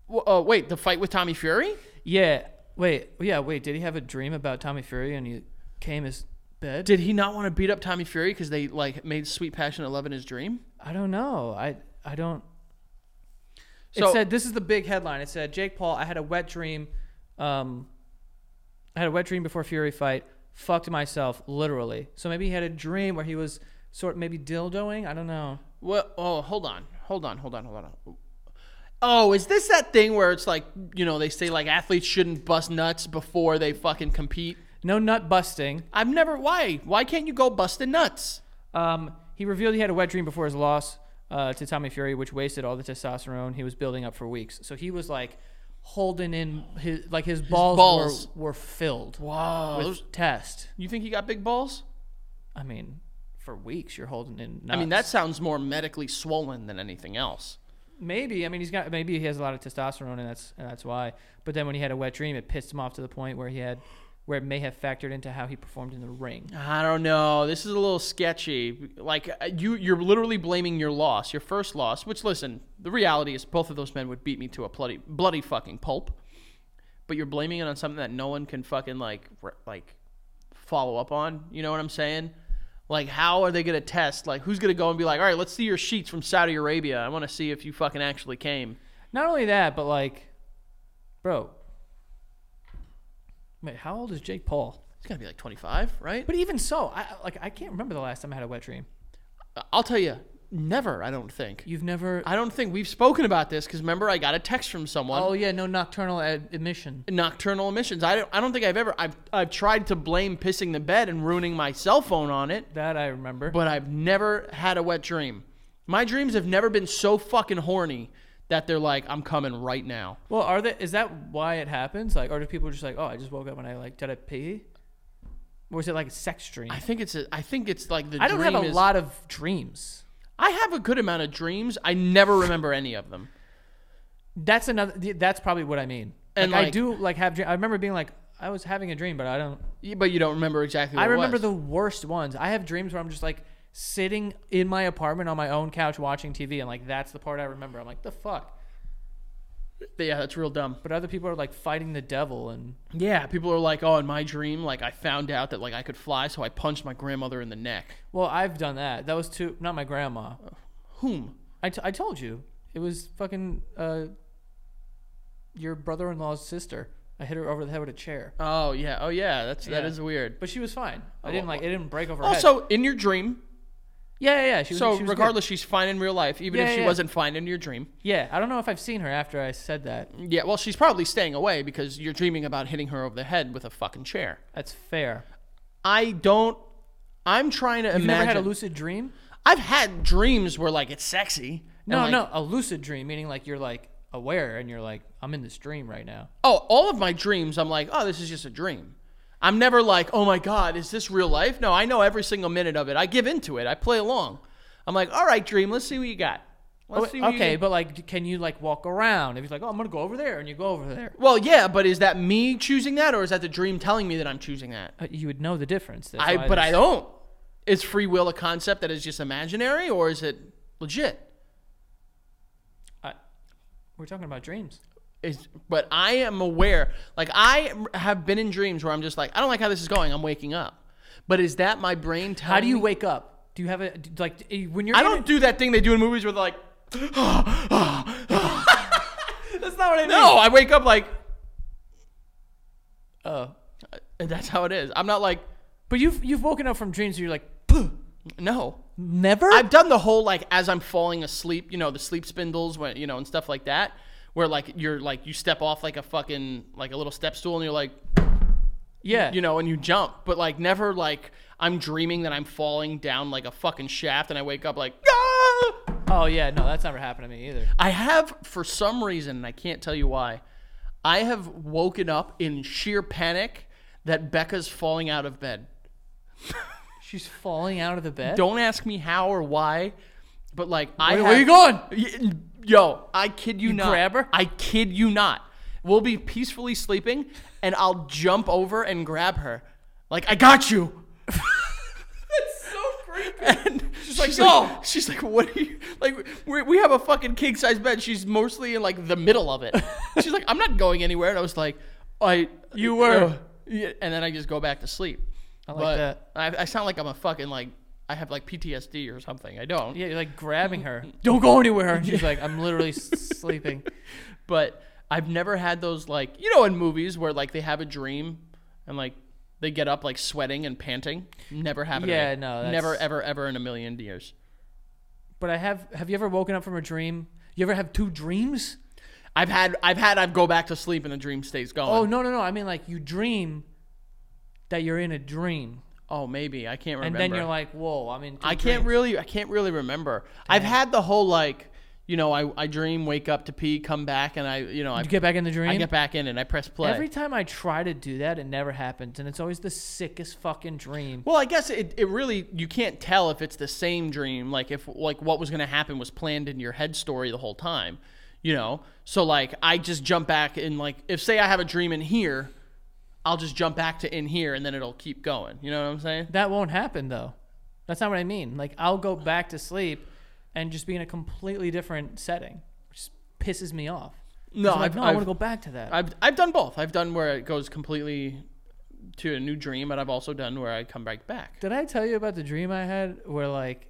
Well, uh, wait, the fight with Tommy Fury?
Yeah. Wait. Yeah. Wait. Did he have a dream about Tommy Fury and he came his bed?
Did he not want to beat up Tommy Fury because they like made Sweet Passionate Love in his dream?
I don't know. I I don't.
So-
it said this is the big headline. It said Jake Paul. I had a wet dream. Um, I had a wet dream before Fury fight. Fucked myself literally. So maybe he had a dream where he was sort maybe dildoing. I don't know.
Well, oh, hold on, hold on, hold on, hold on. Oh, is this that thing where it's like you know they say like athletes shouldn't bust nuts before they fucking compete?
No nut busting.
I've never. Why? Why can't you go busting nuts?
Um, he revealed he had a wet dream before his loss uh, to Tommy Fury, which wasted all the testosterone he was building up for weeks. So he was like holding in his like his balls,
balls.
Were, were filled
Wow.
with
those-
test.
you think he got big balls?
I mean, for weeks you're holding in.
I mean, that
nuts.
sounds more medically swollen than anything else.
maybe. I mean, he's got maybe he has a lot of testosterone, and that's and that's why. But then when he had a wet dream, it pissed him off to the point where he had, where it may have factored into how he performed in the ring.
I don't know. This is a little sketchy. Like uh, you, you're literally blaming your loss, your first loss. Which, listen, the reality is both of those men would beat me to a bloody, bloody fucking pulp. But you're blaming it on something that no one can fucking like, re- like, follow up on. You know what I'm saying? Like, how are they gonna test? Like, who's gonna go and be like, all right, let's see your sheets from Saudi Arabia. I want to see if you fucking actually came.
Not only that, but like, bro. Wait, how old is Jake Paul?
It's gotta be like 25, right?
But even so, I I- like I can't remember the last time I had a wet dream.
I'll tell you, never. I don't think.
You've never.
I don't think we've spoken about this because remember, I got a text from someone.
oh yeah, no nocturnal ad- emission.
nocturnal emissions. I don't, I don't think I've ever I've I've tried to blame pissing the bed and ruining my cell phone on it,
That I remember.
but I've never had a wet dream. My dreams have never been so fucking horny that they're like I'm coming right now.
Well, are they? Is that why it happens? Like, are do people just like, oh, I just woke up and I like, did I pee? Or is it like a sex dream?
I
I,
think it's a, I think it's like the
don't have a
dream is-
lot of dreams.
I have a good amount of dreams. I never remember any of them.
That's another. That's probably what I mean.
And,
like, I
like-
do like have. Dream, I remember being like, I was having a dream, but I don't.
Y- But you don't remember exactly what
I
it
remember
was.
the worst ones. I have dreams where I'm just like sitting in my apartment on my own couch watching TV, and like that's the part I remember. I'm like, the fuck.
Yeah, that's real dumb.
But other people are like fighting the devil, and
Yeah, people are like, "Oh, in my dream, like I found out that like I could fly, so I punched my grandmother in the neck."
well, I've done that. That was too. Not my grandma.
Oh. Whom?
I, t- I told you it was fucking uh, your brother-in-law's sister. I hit her over the head with a chair,
Oh yeah, oh yeah, that's that
Yeah.
is weird.
but she was fine. I didn't like it didn't break over. Her head.
Also, in your dream.
yeah, yeah, yeah. She was,
Oh, So
she was
regardless, she's fine in real life, even
Yeah,
if she
yeah.
wasn't fine in your dream.
good. yeah. I don't know if I've seen her after I said that.
Yeah, well, she's probably staying away because you're dreaming about hitting her over the head with a fucking chair.
That's fair.
I don't. I'm trying to
You've
imagine.
never had a lucid dream?
I've had dreams where like it's sexy.
No,
and, like-
no, a lucid dream meaning like you're like aware and you're like I'm in this dream right now.
Oh, all of my dreams, I'm like, oh, this is just a dream. I'm never like, oh my God, is this real life? No, I know every single minute of it. I give into it. I play along. I'm like, all right, Dream, let's see what you got. Let's Oh, see what you
okay,
got."
but like, can you like walk around? If he's like, oh, I'm gonna go over there, and you go over there,
well, yeah, but is that me choosing that, or is that the dream telling me that I'm choosing that?
Uh, you would know the difference. That's why
I, but
this-
I don't. Is free will a concept that is just imaginary, or is it legit?
I- we're talking about dreams.
Is but I am aware. Like I have been in dreams where I'm just like, I don't like how this is going. I'm waking up. But is that my brain telling?
How do you
me-
wake up? Do you have a do- like eh, when you're?
I
in
don't
it-
do that thing they do in movies where they're like,
That's not what I mean.
no, I wake up like, oh, and that's how it is. I'm not like,
But you've you've woken up from dreams. Where you're like
no.
never.
I've done the whole like as I'm falling asleep, you know, the sleep spindles, when you know, and stuff like that, where like you're like you step off like a fucking like a little step stool, and you're like,
yeah,
you know, and you jump, but like never like I'm dreaming that I'm falling down like a fucking shaft, and I wake up like, ah!
Oh yeah, no, that's never happened to me either.
I have for some reason, and I can't tell you why, I have woken up in sheer panic that Becca's falling out of bed.
She's falling out of the bed.
Don't ask me how or why, but like I
Where-
have,
where you going?
Y- Yo, I kid you, not.
grab her?
I kid you not. We'll be peacefully sleeping, and I'll jump over and grab her. Like I got you.
so creepy.
And she's like,
"No."
she's like, what are you like? We, we have a fucking king size bed. She's mostly in like the middle of it. she's like, I'm not going anywhere. And I was like, I
You were.
Uh, yeah, and then I just go back to sleep. I
like that.
I, I sound like I'm a fucking like I have like PTSD or something. I don't.
Yeah, you're like grabbing her. Don't go anywhere. And she's like, I'm literally s- sleeping.
but I've never had those like you know in movies where like they have a dream and like they get up like sweating and panting. Never happened.
Yeah,
to me.
no, that's-
never ever ever in a million years.
But I have. Have you ever woken up from a dream? You ever have two dreams?
I've had I've had I've go back to sleep and the dream stays going.
Oh no, no, no. I mean like you dream that you're in a dream,
Oh, maybe I can't
and
remember.
then you're like, whoa, I'm in. Two
I can't
dreams.
really I can't really remember. I've had the whole like you know I, I dream wake up to pee come back and I you know I,
You get back in the dream.
I get back in and I press play.
Every time I try to do that, it never happens, and it's always the sickest fucking dream.
Well, I guess it, it really you can't tell if it's the same dream, like if like what was gonna happen was planned in your head story the whole time. You know? So like I just jump back and like if say I have a dream in here, I'll just jump back to in here and then it'll keep going. You know what I'm saying?
That won't happen though. That's not what I mean. Like I'll go back to sleep and just be in a completely different setting, which pisses me off. 'Cause
No,
I'm like,
I've-
no, I want
I've-
to go back to that.
I've I've done both. I've done where it goes completely to a new dream, but I've also done where I come right back.
Did I tell you about the dream I had where like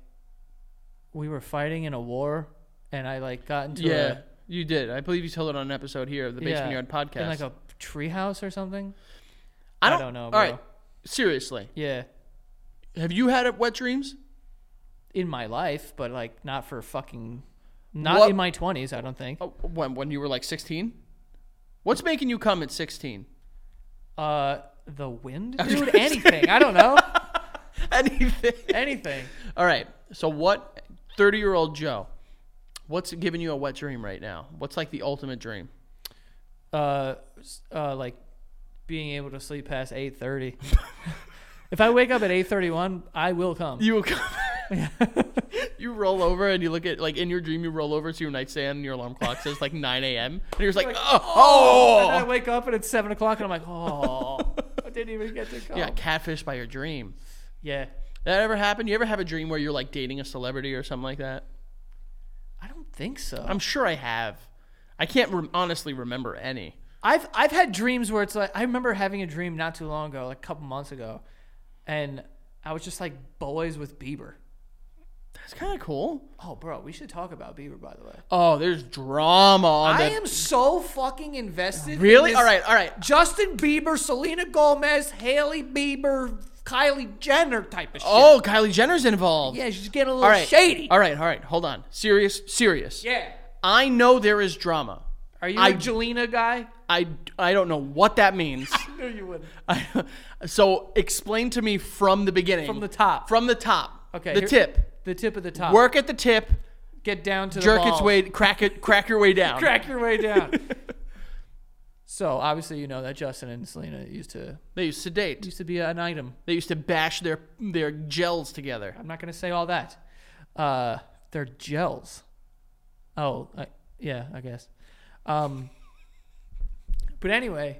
we were fighting in a war and I like got into
Yeah. You did. I believe you told it on an episode here of the
a
Basement
yeah,
Yard podcast.
in like a treehouse or something?
I
don't know,
All
bro.
right. Seriously.
Yeah,
Have you had wet dreams?
in my life, but like not for fucking, not
What-
in my twenties. I don't think.
Oh, when when you were like 16 what's making you come at 16
Uh, the wind, dude. Anything? I don't know.
anything
Anything.
all right so what 30 year old joe what's giving you a wet dream right now what's like the ultimate dream
uh, s- uh, like being able to sleep past eight thirty. if I wake up at eight thirty one, I will come.
you you roll over and you look at like in your dream you roll over to your nightstand and your alarm clock says like 9 a.m and you're just like, oh,
And I wake up and it's seven o'clock, and I'm like, oh, I didn't even get to come.
yeah catfished by your dream
yeah.
that ever happened you ever have a dream where you're like dating a celebrity or something like that
I don't think so.
i'm sure i have i can't rem- honestly remember any
I've I've had dreams where it's like I remember having a dream not too long ago, like a couple months ago, and I was just like boys with Bieber.
that's kind of cool
Oh, bro, we should talk about Bieber, by the way.
Oh, there's drama on
I
that.
am so fucking invested. in
really?
this-
All right, all right.
Justin Bieber, Selena Gomez, Haley Bieber, Kylie Jenner type of shit.
Oh, Kylie Jenner's involved.
yeah, she's getting a little
all right.
shady.
All right, all right. Hold on. Serious, serious.
Yeah.
I know there is drama.
Are you
I-
a Jelena guy?
I, I don't know what that means.
No, you wouldn't.
I, so explain to me from the beginning.
From the top.
From the top.
Okay.
The
here-
tip.
The tip of the top.
Work at the tip.
Get down to the
Jerk its
balls.
way. Crack it. Crack your way down.
Crack your way down. So obviously, you know that Justin and Selena used to
They used to date.
used to be an item.
They used to bash their their gels together.
I'm not gonna say all that. Uh, they're gels. Oh, I, yeah, I guess. Um, but anyway,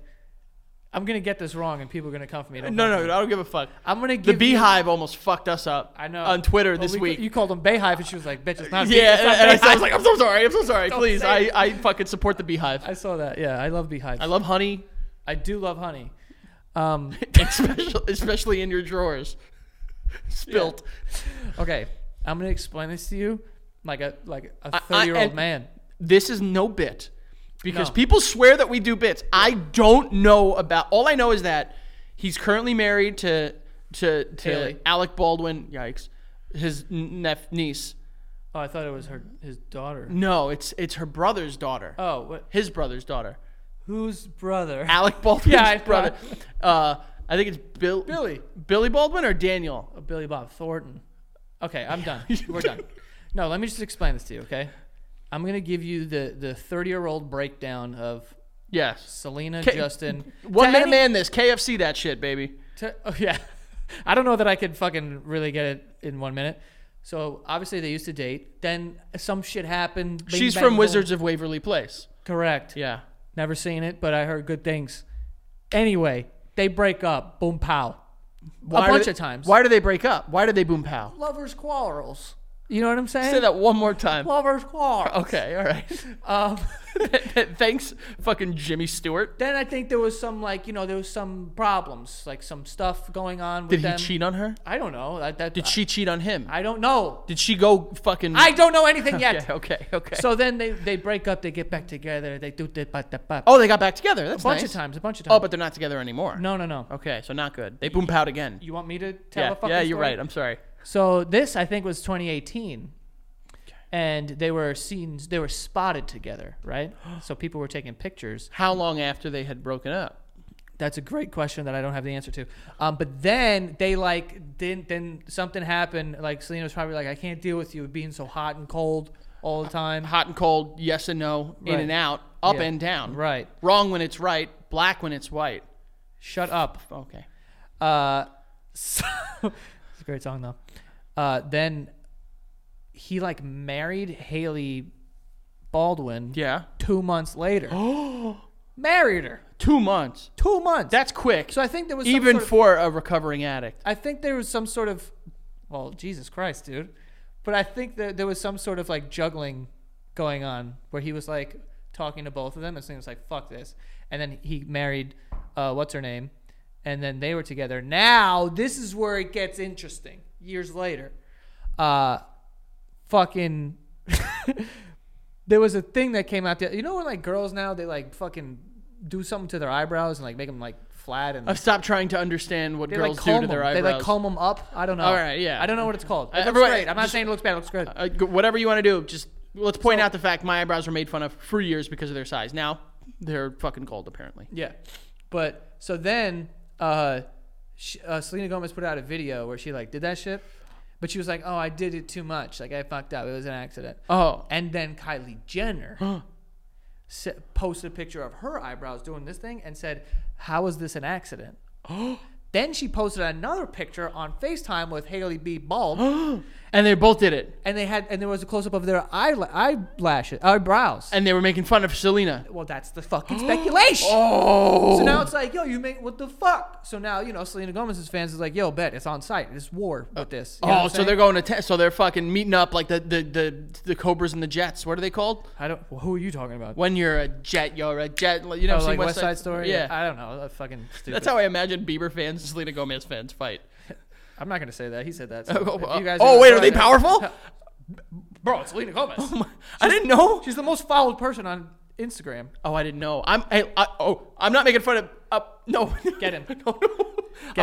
I'm gonna get this wrong, and people are gonna come for me. Don't
No,
come
no,
for
I
me.
don't give a fuck.
I'm gonna
The
give you-
Beehive almost fucked us up.
I know
on Twitter
But
this
we-
week.
You called them Bayhive, and she was like, "Bitch, it's not." Bee-
yeah,
it's not
and, and I, I
Bayhive."
was like, I'm so sorry. I'm so sorry. Please,
say
I, I fucking support the Beehive.
I saw that. Yeah, I love Beehive.
I love honey,
I do love honey. Um,
especially especially in your drawers. Spilt.
okay, I'm gonna explain this to you like a like a
I-
30 year old
and-
man.
This is no bit because
No.
people swear that we do bits. I don't know about. All I know is that he's currently married to to to
Haley.
Alec Baldwin. Yikes, his nep- niece.
Oh, I thought it was her his daughter.
No, it's it's her brother's daughter.
Oh, what?
His brother's daughter.
Whose brother?
Alec Baldwin's
Yeah, I thought-
brother. Uh, I think it's Bill
Billy.
Billy Baldwin or Daniel.
Oh, Billy Bob Thornton. Okay, I'm done. We're done. No, let me just explain this to you. Okay, I'm gonna give you the the 30 year old breakdown of
Yes.
Selena,
K-
Justin.
One
to
minute
any-
man this. KFC that shit, baby.
to- oh, yeah. I don't know that I could fucking really get it in one minute. So obviously they used to date. Then some shit happened. Bing,
She's
bang,
from
boom.
Wizards of Waverly Place.
Correct.
Yeah.
Never seen it, but I heard good things. Anyway, they break up. Boom pow.
Why
a
do
bunch
they-
of times.
Why do they break up? Why do they boom pow?
lovers quarrels? You know what I'm saying?
Say that one more time.
Lovers quarrels.
Okay, all right.
Um,
Thanks, fucking Jimmy Stewart.
then I think there was some like you know there was some problems like some stuff going on with
Did
them.
he cheat on her?
I don't know. That, that,
Did she cheat on him?
I don't know.
Did she go fucking?
I don't know anything yet.
okay, okay, okay.
So then they, they break up, they get back together, they do the but the but.
oh, they got back together.
a
That's
bunch
nice.
of times, a bunch of times.
Oh, but they're not together anymore.
no, no, no.
Okay, so not good. They boom powed again.
You want me to tell
Yeah,
a fucking
yeah, you're
story?
right. I'm sorry.
So this I think was 2018, and they were seen, they were spotted together, right? So people were taking pictures.
How long after they had broken up?
That's a great question that I don't have the answer to. Um, but then they like didn't. Then something happened. Like Selena was probably like, I can't deal with you being so hot and cold all the time.
Hot and cold, yes and no, in
Right.
and out, up
Yeah.
and down.
Right.
Wrong when it's right, black when it's white.
Shut up.
Okay.
Uh, so it's a great song though. Uh, then he like married Haley Baldwin.
Yeah.
Two months later, married her.
Two months.
Two months.
That's quick.
so I think there was
even
some sort of,
for a recovering addict.
I think there was some sort of well, Jesus Christ, dude. But I think that there was some sort of like juggling going on where he was like talking to both of them and Selena was like, "Fuck this," and then he married uh, what's her name, and then they were together. Now this is where it gets interesting. Years later, uh, fucking. there was a thing that came out. The, you know when like girls now they like fucking do something to their eyebrows and like make them like flat and
I've stopped trying to understand what
they
girls
like
do
comb
to their
them.
eyebrows.
They like comb them up. I don't know.
All right, yeah.
I don't know what it's called. It
Uh,
looks
everyone-
great. I'm not
just-
saying it looks bad. It looks good.
Uh, g- whatever you want to do, just let's point out the fact my eyebrows were made fun of for years because of their size. Now they're fucking cold, apparently.
yeah, but so then uh, sh uh, Selena Gomez put out a video where she like did that shit, but she was like, "Oh, I did it too much. Like I fucked up. It was an accident."
Oh,
And then Kylie Jenner se- posted a picture of her eyebrows doing this thing and said, "How is this an accident?" then she posted another picture on FaceTime with Haley B. Bald.
and they both did it,
and they had and there was a close up of their eyela- eyelashes, eyebrows.
and they were making fun of Selena.
well, that's the fucking speculation.
Oh,
So now it's like, yo, you make what the fuck? So now you know Selena Gomez's fans is like, yo, bet it's on site. It's war with this. You know what
oh,
I'm
so
saying?
they're going to te- so they're fucking meeting up like the the the the Cobras and the Jets. What are they called?
I don't. Who are you talking about?
When you're a jet, you're a jet. You know,
Oh,
seen
like West Side Story.
Yeah,
I don't know. That's fucking stupid.
that's how I imagine Bieber fans and Selena Gomez fans fight.
I'm not gonna say that. He said that. so
Oh,
if you guys
oh,
ever
wait,
try
are they
that-
powerful?
Bro, it's Selena Gomez.
I didn't know.
She's the most followed person on Instagram.
Oh, I didn't know. I'm. I, I, oh, I'm not making fun of. Uh, no,
Get him.
no, no.
Get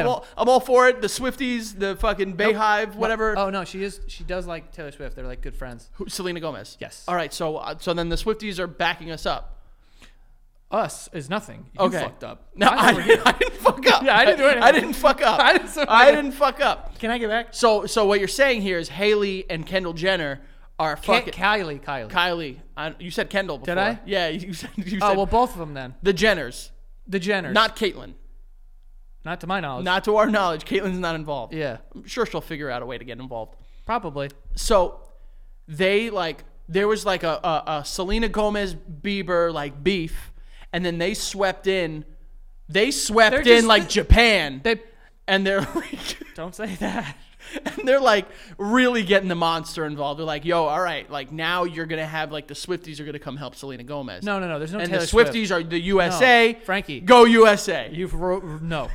I'm,
him.
all, I'm all for it. The Swifties, the fucking Bayhive, whatever.
Oh no, she is. She does like Taylor Swift. They're like good friends.
Who- Selena Gomez.
Yes.
All right. So, uh, so then the Swifties are backing us up.
Us is nothing. You
Okay.
fucked up.
No, I,
I never did.
didn't, I didn't fuck up.
Yeah, I didn't do anything.
I didn't fuck up.
I didn't-
I didn't fuck up.
Can I get back?
So, so what you're saying here is Haley and Kendall Jenner are
Ki-
fucking
Kylie, Kylie.
Kylie. I, you said Kendall before.
Did I?
Yeah, you said. You
oh
said
well, both of them then.
the Jenners,
The Jenners.
not Caitlyn.
not to my knowledge.
Not to our knowledge, Caitlyn's not involved.
yeah,
I'm sure she'll figure out a way to get involved.
probably.
So they like there was like a, a, a Selena Gomez Bieber like beef, and then they swept in. They swept
They're
in
just-
like Japan.
They
and they're like,
don't say that.
and they're like really getting the monster involved. They're like, yo, all right, like now you're gonna have like the Swifties are gonna come help Selena Gomez.
No, no, no. There's no
And
Taylor
the
Swift.
Swifties are the USA.
Frankie.
go USA.
You've wrote no.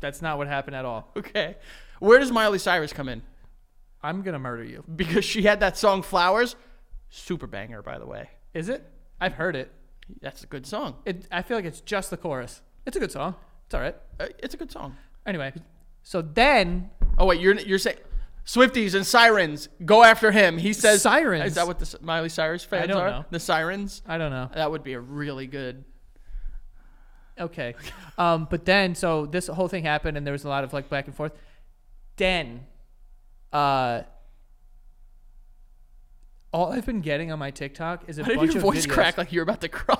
That's not what happened at all.
okay, where does Miley Cyrus come in?
I'm gonna murder you.
Because she had that song "Flowers," super banger, by the way.
Is it? I've heard it.
That's a good song.
it. I feel like it's just the chorus. It's a good song. It's all right.
Uh, It's a good song.
Anyway, so then
Oh wait, you're you're saying Swifties and sirens go after him. He says
Sirens?
Is that what the S- Miley Cyrus fans
don't
are?
know.
The sirens.
I don't know.
That would be a really good.
Okay. Um, but then, so this whole thing happened, and there was a lot of like back and forth. Then, uh, all I've been getting on my TikTok is a
Why did
bunch
your
of
voice
videos.
crack like you're about to cry?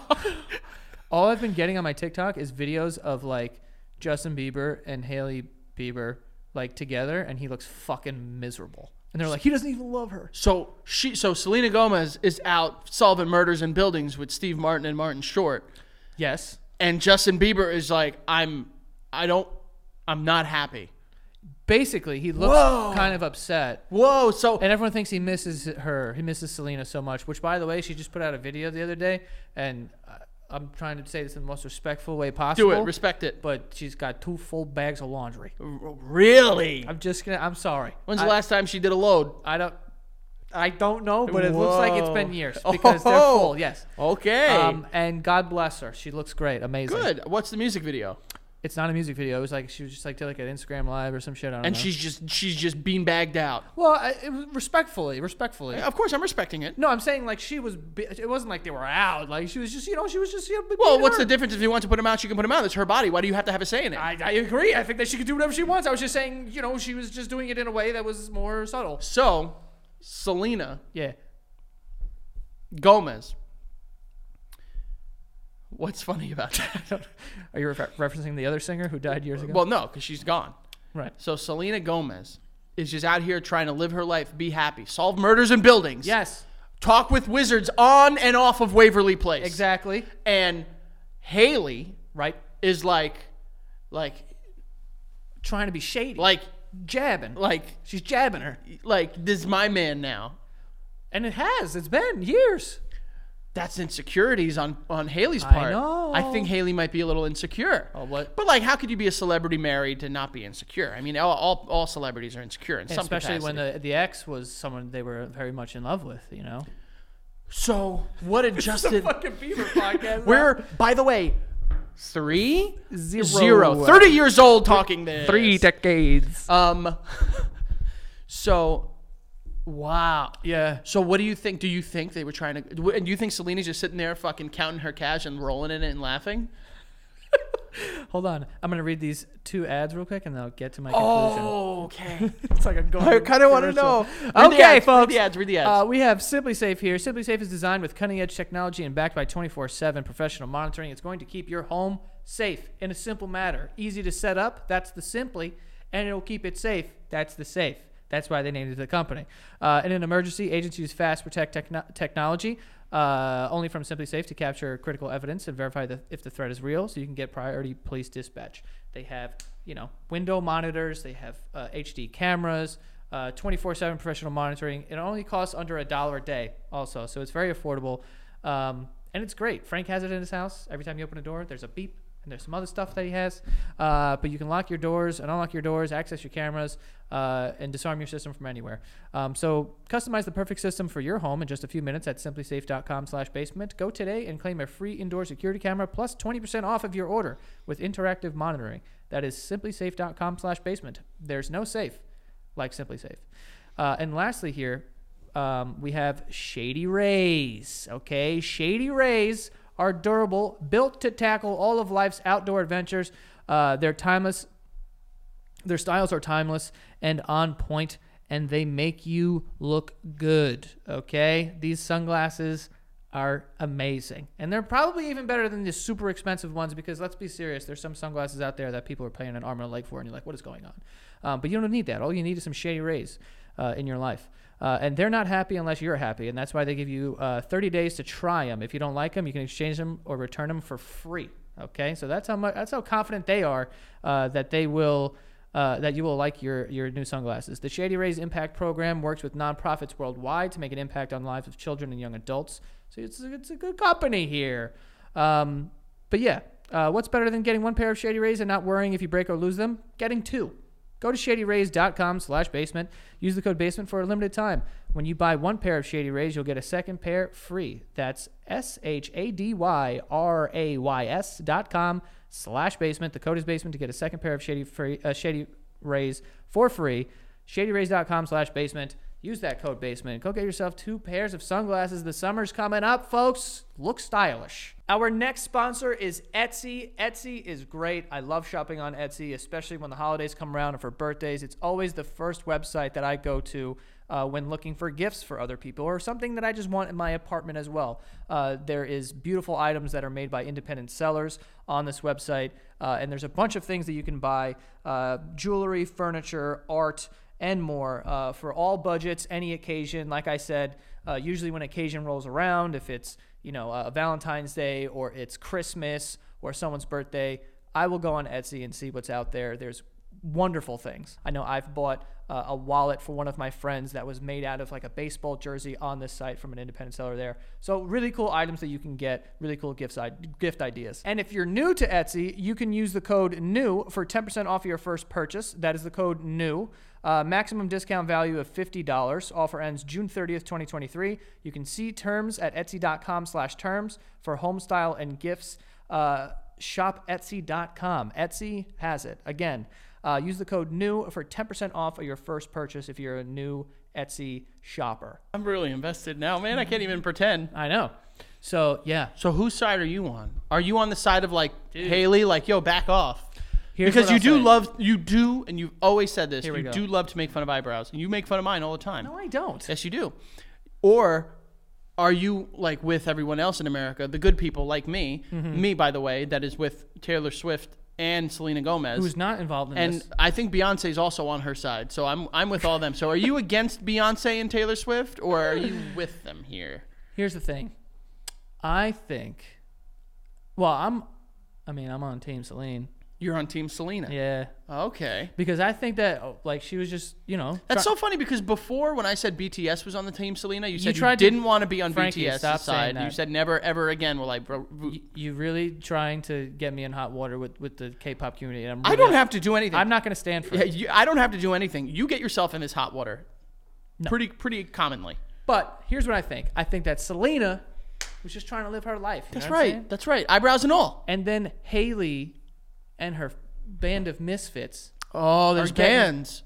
all I've been getting on my TikTok is videos of like Justin Bieber and Haley Bieber like together, and he looks fucking miserable. And they're like, he doesn't even love her.
so she, so Selena Gomez is out solving murders in buildings with Steve Martin and Martin Short,
Yes.
and Justin Bieber is like, I'm, I don't, I'm not happy.
Basically, he looks
Whoa.
kind of upset,
Whoa, so
and everyone thinks he misses her. He misses Selena so much. Which, by the way, she just put out a video the other day, and uh, I'm trying to say this in the most respectful way
do
possible.
it, respect it.
but she's got two full bags of laundry.
Really?
I'm just gonna. I'm sorry.
When's the last time she did a load?
I don't. I don't know, but it looks like it's been
Whoa.
years because they're
Oh.
full. Yes.
Okay,
Um, and God bless her. She looks great, amazing.
good. What's the music video?
It's not a music video. It was like she was just like did like an Instagram live or some shit. I don't
and
know.
she's just she's just beanbagged out.
well, I, it was respectfully, respectfully.
Of course, I'm respecting it.
No, I'm saying like she was. bi- It wasn't like they were out. Like she was just, you know, she was just. You know,
Well,
being
what's
her.
the difference if you want to put him out? You can put him out. It's her body. Why do you have to have a say in it?
I, I agree. I think that she could do whatever she wants. I was just saying, you know, she was just doing it in a way that was more subtle.
so, Selena
Yeah.
Gomez. What's funny about that?
Are you refer- referencing the other singer who died years ago?
well, no, because she's gone.
right.
So Selena Gomez is just out here trying to live her life, be happy, solve murders in buildings,
Yes.
talk with wizards on and off of Waverly Place,
Exactly.
And Haley
Right.
is like, like,
Trying to be shady.
like,
jabbing.
like
She's jabbing her.
like this is my man now.
And it has. It's been years.
That's insecurities on on Haley's
I
part.
know.
I think Haley might be a little insecure.
Oh, what-
But like, how could you be a celebrity married to not be insecure? I mean, all all, all celebrities are insecure in some
Especially
capacity.
when the the ex was someone they were very much in love with, you know.
so what did Justin?
Bieber podcast.
We're by the way, three
Zero.
zero. Thirty years old talking this.
decades.
Um. So, wow.
Yeah.
So what do you think? Do you think they were trying to? Do you think Selena's just sitting there, fucking counting her cash and rolling in it and laughing?
Hold on. I'm gonna read these two ads real quick, and then I'll get to my
Oh.
conclusion.
okay.
It's like a going.
I kind of want to know.
Okay, folks.
Read the ads. Read the ads.
Uh, we have Simply Safe here. Simply Safe is designed with cutting edge technology and backed by 24 7 professional monitoring. It's going to keep your home safe in a simple matter. Easy to set up, that's the Simply, and it'll keep it safe, that's the safe. That's why they named it the company. Uh, in an emergency, agents use Fast Protect techno- technology uh, only from Simply Safe to capture critical evidence and verify the, if the threat is real so you can get priority police dispatch. They have, you know, window monitors, they have uh, HD cameras, uh, 24/7 professional monitoring. It only costs under a dollar a day, also, so it's very affordable, um, and it's great. Frank has it in his house. Every time you open a door, there's a beep, and there's some other stuff that he has. Uh, but you can lock your doors and unlock your doors, access your cameras, uh, and disarm your system from anywhere. Um, so customize the perfect system for your home in just a few minutes at simplysafe.com/basement. Go today and claim a free indoor security camera plus 20% off of your order with interactive monitoring. That is simplysafe.com/basement. There's no safe like Simply Safe. Uh, and lastly, here um, we have Shady Rays. Okay, Shady Rays are durable, built to tackle all of life's outdoor adventures. Uh, they're timeless. Their styles are timeless and on point, and they make you look good. Okay, these sunglasses are amazing, and they're probably even better than the super expensive ones because let's be serious, there's some sunglasses out there that people are paying an arm and a leg for, and you're like, what is going on? Um, but you don't need that. All you need is some shady rays uh, in your life. Uh, and they're not happy unless you're happy, and that's why they give you uh, 30 days to try them. If you don't like them, you can exchange them or return them for free. Okay, so that's how much that's how confident they are uh, that they will uh, that you will like your your new sunglasses. The Shady Rays Impact Program works with nonprofits worldwide to make an impact on lives of children and young adults. So it's it's a good company here. Um, but yeah, uh, what's better than getting one pair of Shady Rays and not worrying if you break or lose them? Getting two. Go to shadyrays.com slash basement. Use the code basement for a limited time. When you buy one pair of Shady Rays, you'll get a second pair free. That's S H A D Y R A Y S dot com slash basement. The code is basement to get a second pair of Shady, free, uh, Shady Rays for free. Shadyrays.com slash basement. Use that code basement. Go get yourself two pairs of sunglasses. The summer's coming up, folks. Look stylish. Our next sponsor is Etsy. Etsy is great. I love shopping on Etsy, especially when the holidays come around and for birthdays. It's always the first website that I go to uh, when looking for gifts for other people or something that I just want in my apartment as well. Uh, there is beautiful items that are made by independent sellers on this website, uh, and there's a bunch of things that you can buy: uh, jewelry, furniture, art and more uh, for all budgets, any occasion. Like I said, uh, usually when occasion rolls around, if it's you know uh, Valentine's Day or it's Christmas or someone's birthday, I will go on Etsy and see what's out there. There's wonderful things. I know I've bought uh, a wallet for one of my friends that was made out of like a baseball jersey on this site from an independent seller there. So really cool items that you can get, really cool gifts I- gift ideas. And if you're new to Etsy, you can use the code new for 10% off your first purchase. That is the code new. Uh, maximum discount value of $50. Offer ends June 30th, 2023. You can see terms at etsy.com slash terms for home style and gifts. Uh, shop etsy.com. Etsy has it. Again, uh, use the code NEW for 10% off of your first purchase if you're a new Etsy shopper.
I'm really invested now, man. I can't even pretend.
I know. So, yeah.
So whose side are you on? Are you on the side of like Haley, like yo, back off?
Here's
because
what
you
I'll
do
say.
love, you do, and you've always said this.
Here we
you
go.
do love to make fun of eyebrows, and you make fun of mine all the time.
No, I don't.
Yes, you do. Or are you like with everyone else in America, the good people like me,
Mm-hmm.
me by the way, that is with Taylor Swift and Selena Gomez,
Who's not involved in
and
this?
I think Beyonce's also on her side. So I'm I'm with all them. So are you against Beyonce and Taylor Swift, or are you with them here?
Here's the thing. I think, well, I'm, I mean, I'm on Team Celine.
You're on Team Selena.
Yeah.
Okay.
Because I think that, oh, like, she was just, you know.
That's
try-
so funny because before when I said BTS was on the team, Selena, you said you,
tried to-
didn't want to be on
Frankie, stop
BTS's
saying
side. You
that.
said never ever again will I. Bro-
y- you really trying to get me in hot water with, with the K-pop community. And I'm
I
really
don't have to do anything.
I'm not going to stand for
Yeah,
it.
you, I don't have to do anything. You get yourself in this hot water, pretty pretty commonly.
But here's what I think. I think that Selena was just trying to live her life. you know
That's
what I'm
right.
saying?
That's right. Eyebrows and all.
And then Haley and her band of misfits,
Oh, there's
Or getting-
bands.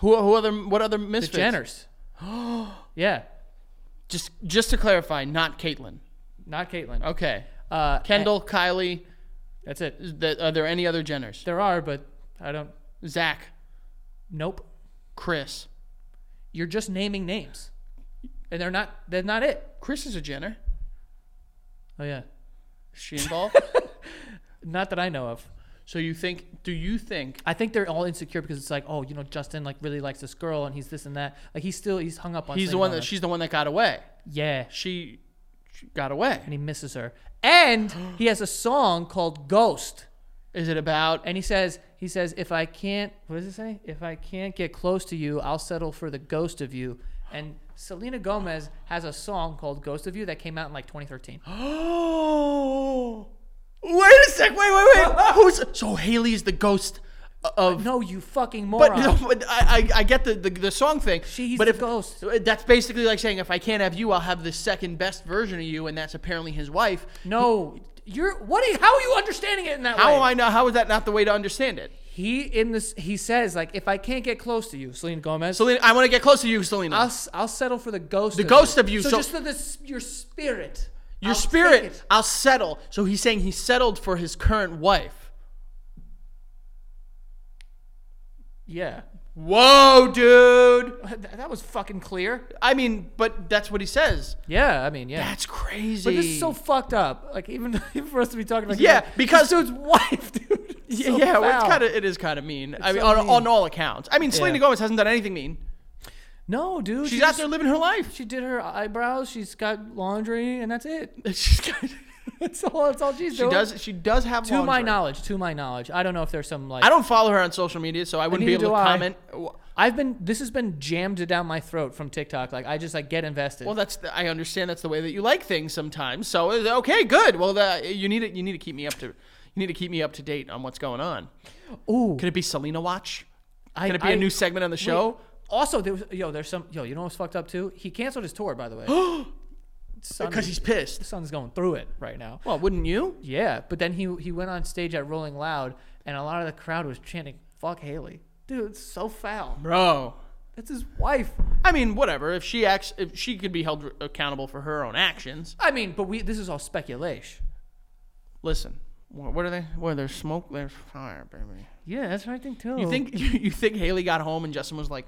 Who who other what other
the
misfits?
Jenners. yeah,
Just just to clarify, not Caitlyn.
not Caitlyn.
Okay.
Uh,
Kendall, Kylie.
That's it.
Is that, are there any other Jenners?
There are, but I don't.
Zach,
Nope.
Chris.
You're just naming names, and they're not. They're not it.
Chris is a Jenner.
Oh yeah,
Is she involved?
not that I know of.
so you think? Do you think?
I think they're all insecure because it's like, oh, you know, Justin like really likes this girl, and he's this and that. Like he's still he's hung up on.
He's the
Selena
one
on
that she's the one that got away.
Yeah,
She, she got away.
and he misses her. And he has a song called Ghost.
Is it about?
And he says, he says, if I can't, what does it say? If I can't get close to you, I'll settle for the ghost of you. And Selena Gomez has a song called Ghost of You that came out in like 2013.
Oh. Wait a sec. Wait, wait, wait. Who's so Haley is the ghost of?
no, you fucking
but,
moron.
no, but I, I, I get the, the the song thing.
She's
but
the
if,
ghost.
That's basically like saying if I can't have you, I'll have the second best version of you, and that's apparently his wife.
No, you're, what are you, how are you understanding it in that
How
way?
am I not? How is that not the way to understand it?
He in this, he says like, if I can't get close to you, Selena Gomez,
Selena, I want to get close to you, Selena.
I'll, s- I'll settle for the ghost
The
of
ghost
you.
of you,
So,
so-
just for this, your spirit.
Your
I'll take
spirit,
it.
I'll settle. So he's saying he settled for his current wife.
Yeah.
Whoa, dude.
That that was fucking clear.
I mean, but that's what he says.
Yeah, I mean, yeah.
That's crazy.
But this is so fucked up. Like even, even for us to be talking about
Yeah, because-
this dude's wife, dude. is
Yeah,
so
yeah well, it's
foul.
kind of it is kind of mean. I mean,
so
on,
mean.
on all accounts. I mean, Selena Gomez hasn't done anything mean.
no, dude.
She's
she
out
just-
there living her life.
She did her eyebrows. She's got laundry, and that's it.
She's got-
That's all. That's all she's
she
doing.
does. She does have.
To my
laundry.
knowledge, to my knowledge, I don't know if there's some like
I don't follow her on social media, so I wouldn't be
neither
able
do
to
I.
comment.
I've been this has been jammed down my throat from TikTok. Like I just like get invested.
Well, that's the, I understand that's the way that you like things sometimes. So uh, okay, good. Well, the, you need to you need to keep me up to you need to keep me up to date on what's going on.
Ooh,
Could it be Selena Watch?
I,
Could it be
a
a new segment on the show?
Also, there was yo. There's some yo. You know what's fucked up too? He canceled his tour, by the way. Son,
Because he's pissed.
son's going through it right now.
Well, wouldn't you?
Yeah, but then he he went on stage at Rolling Loud, and a lot of the crowd was chanting "fuck Haley." Dude, it's so foul.
Bro.
That's his wife.
I mean, whatever. If she acts, if she could be held accountable for her own actions.
I mean, but we this is all speculation.
Listen, wh- what are they? Where there's smoke, there's fire, baby.
Yeah, that's what I think too.
You think you, you think Haley got home and Justin was like,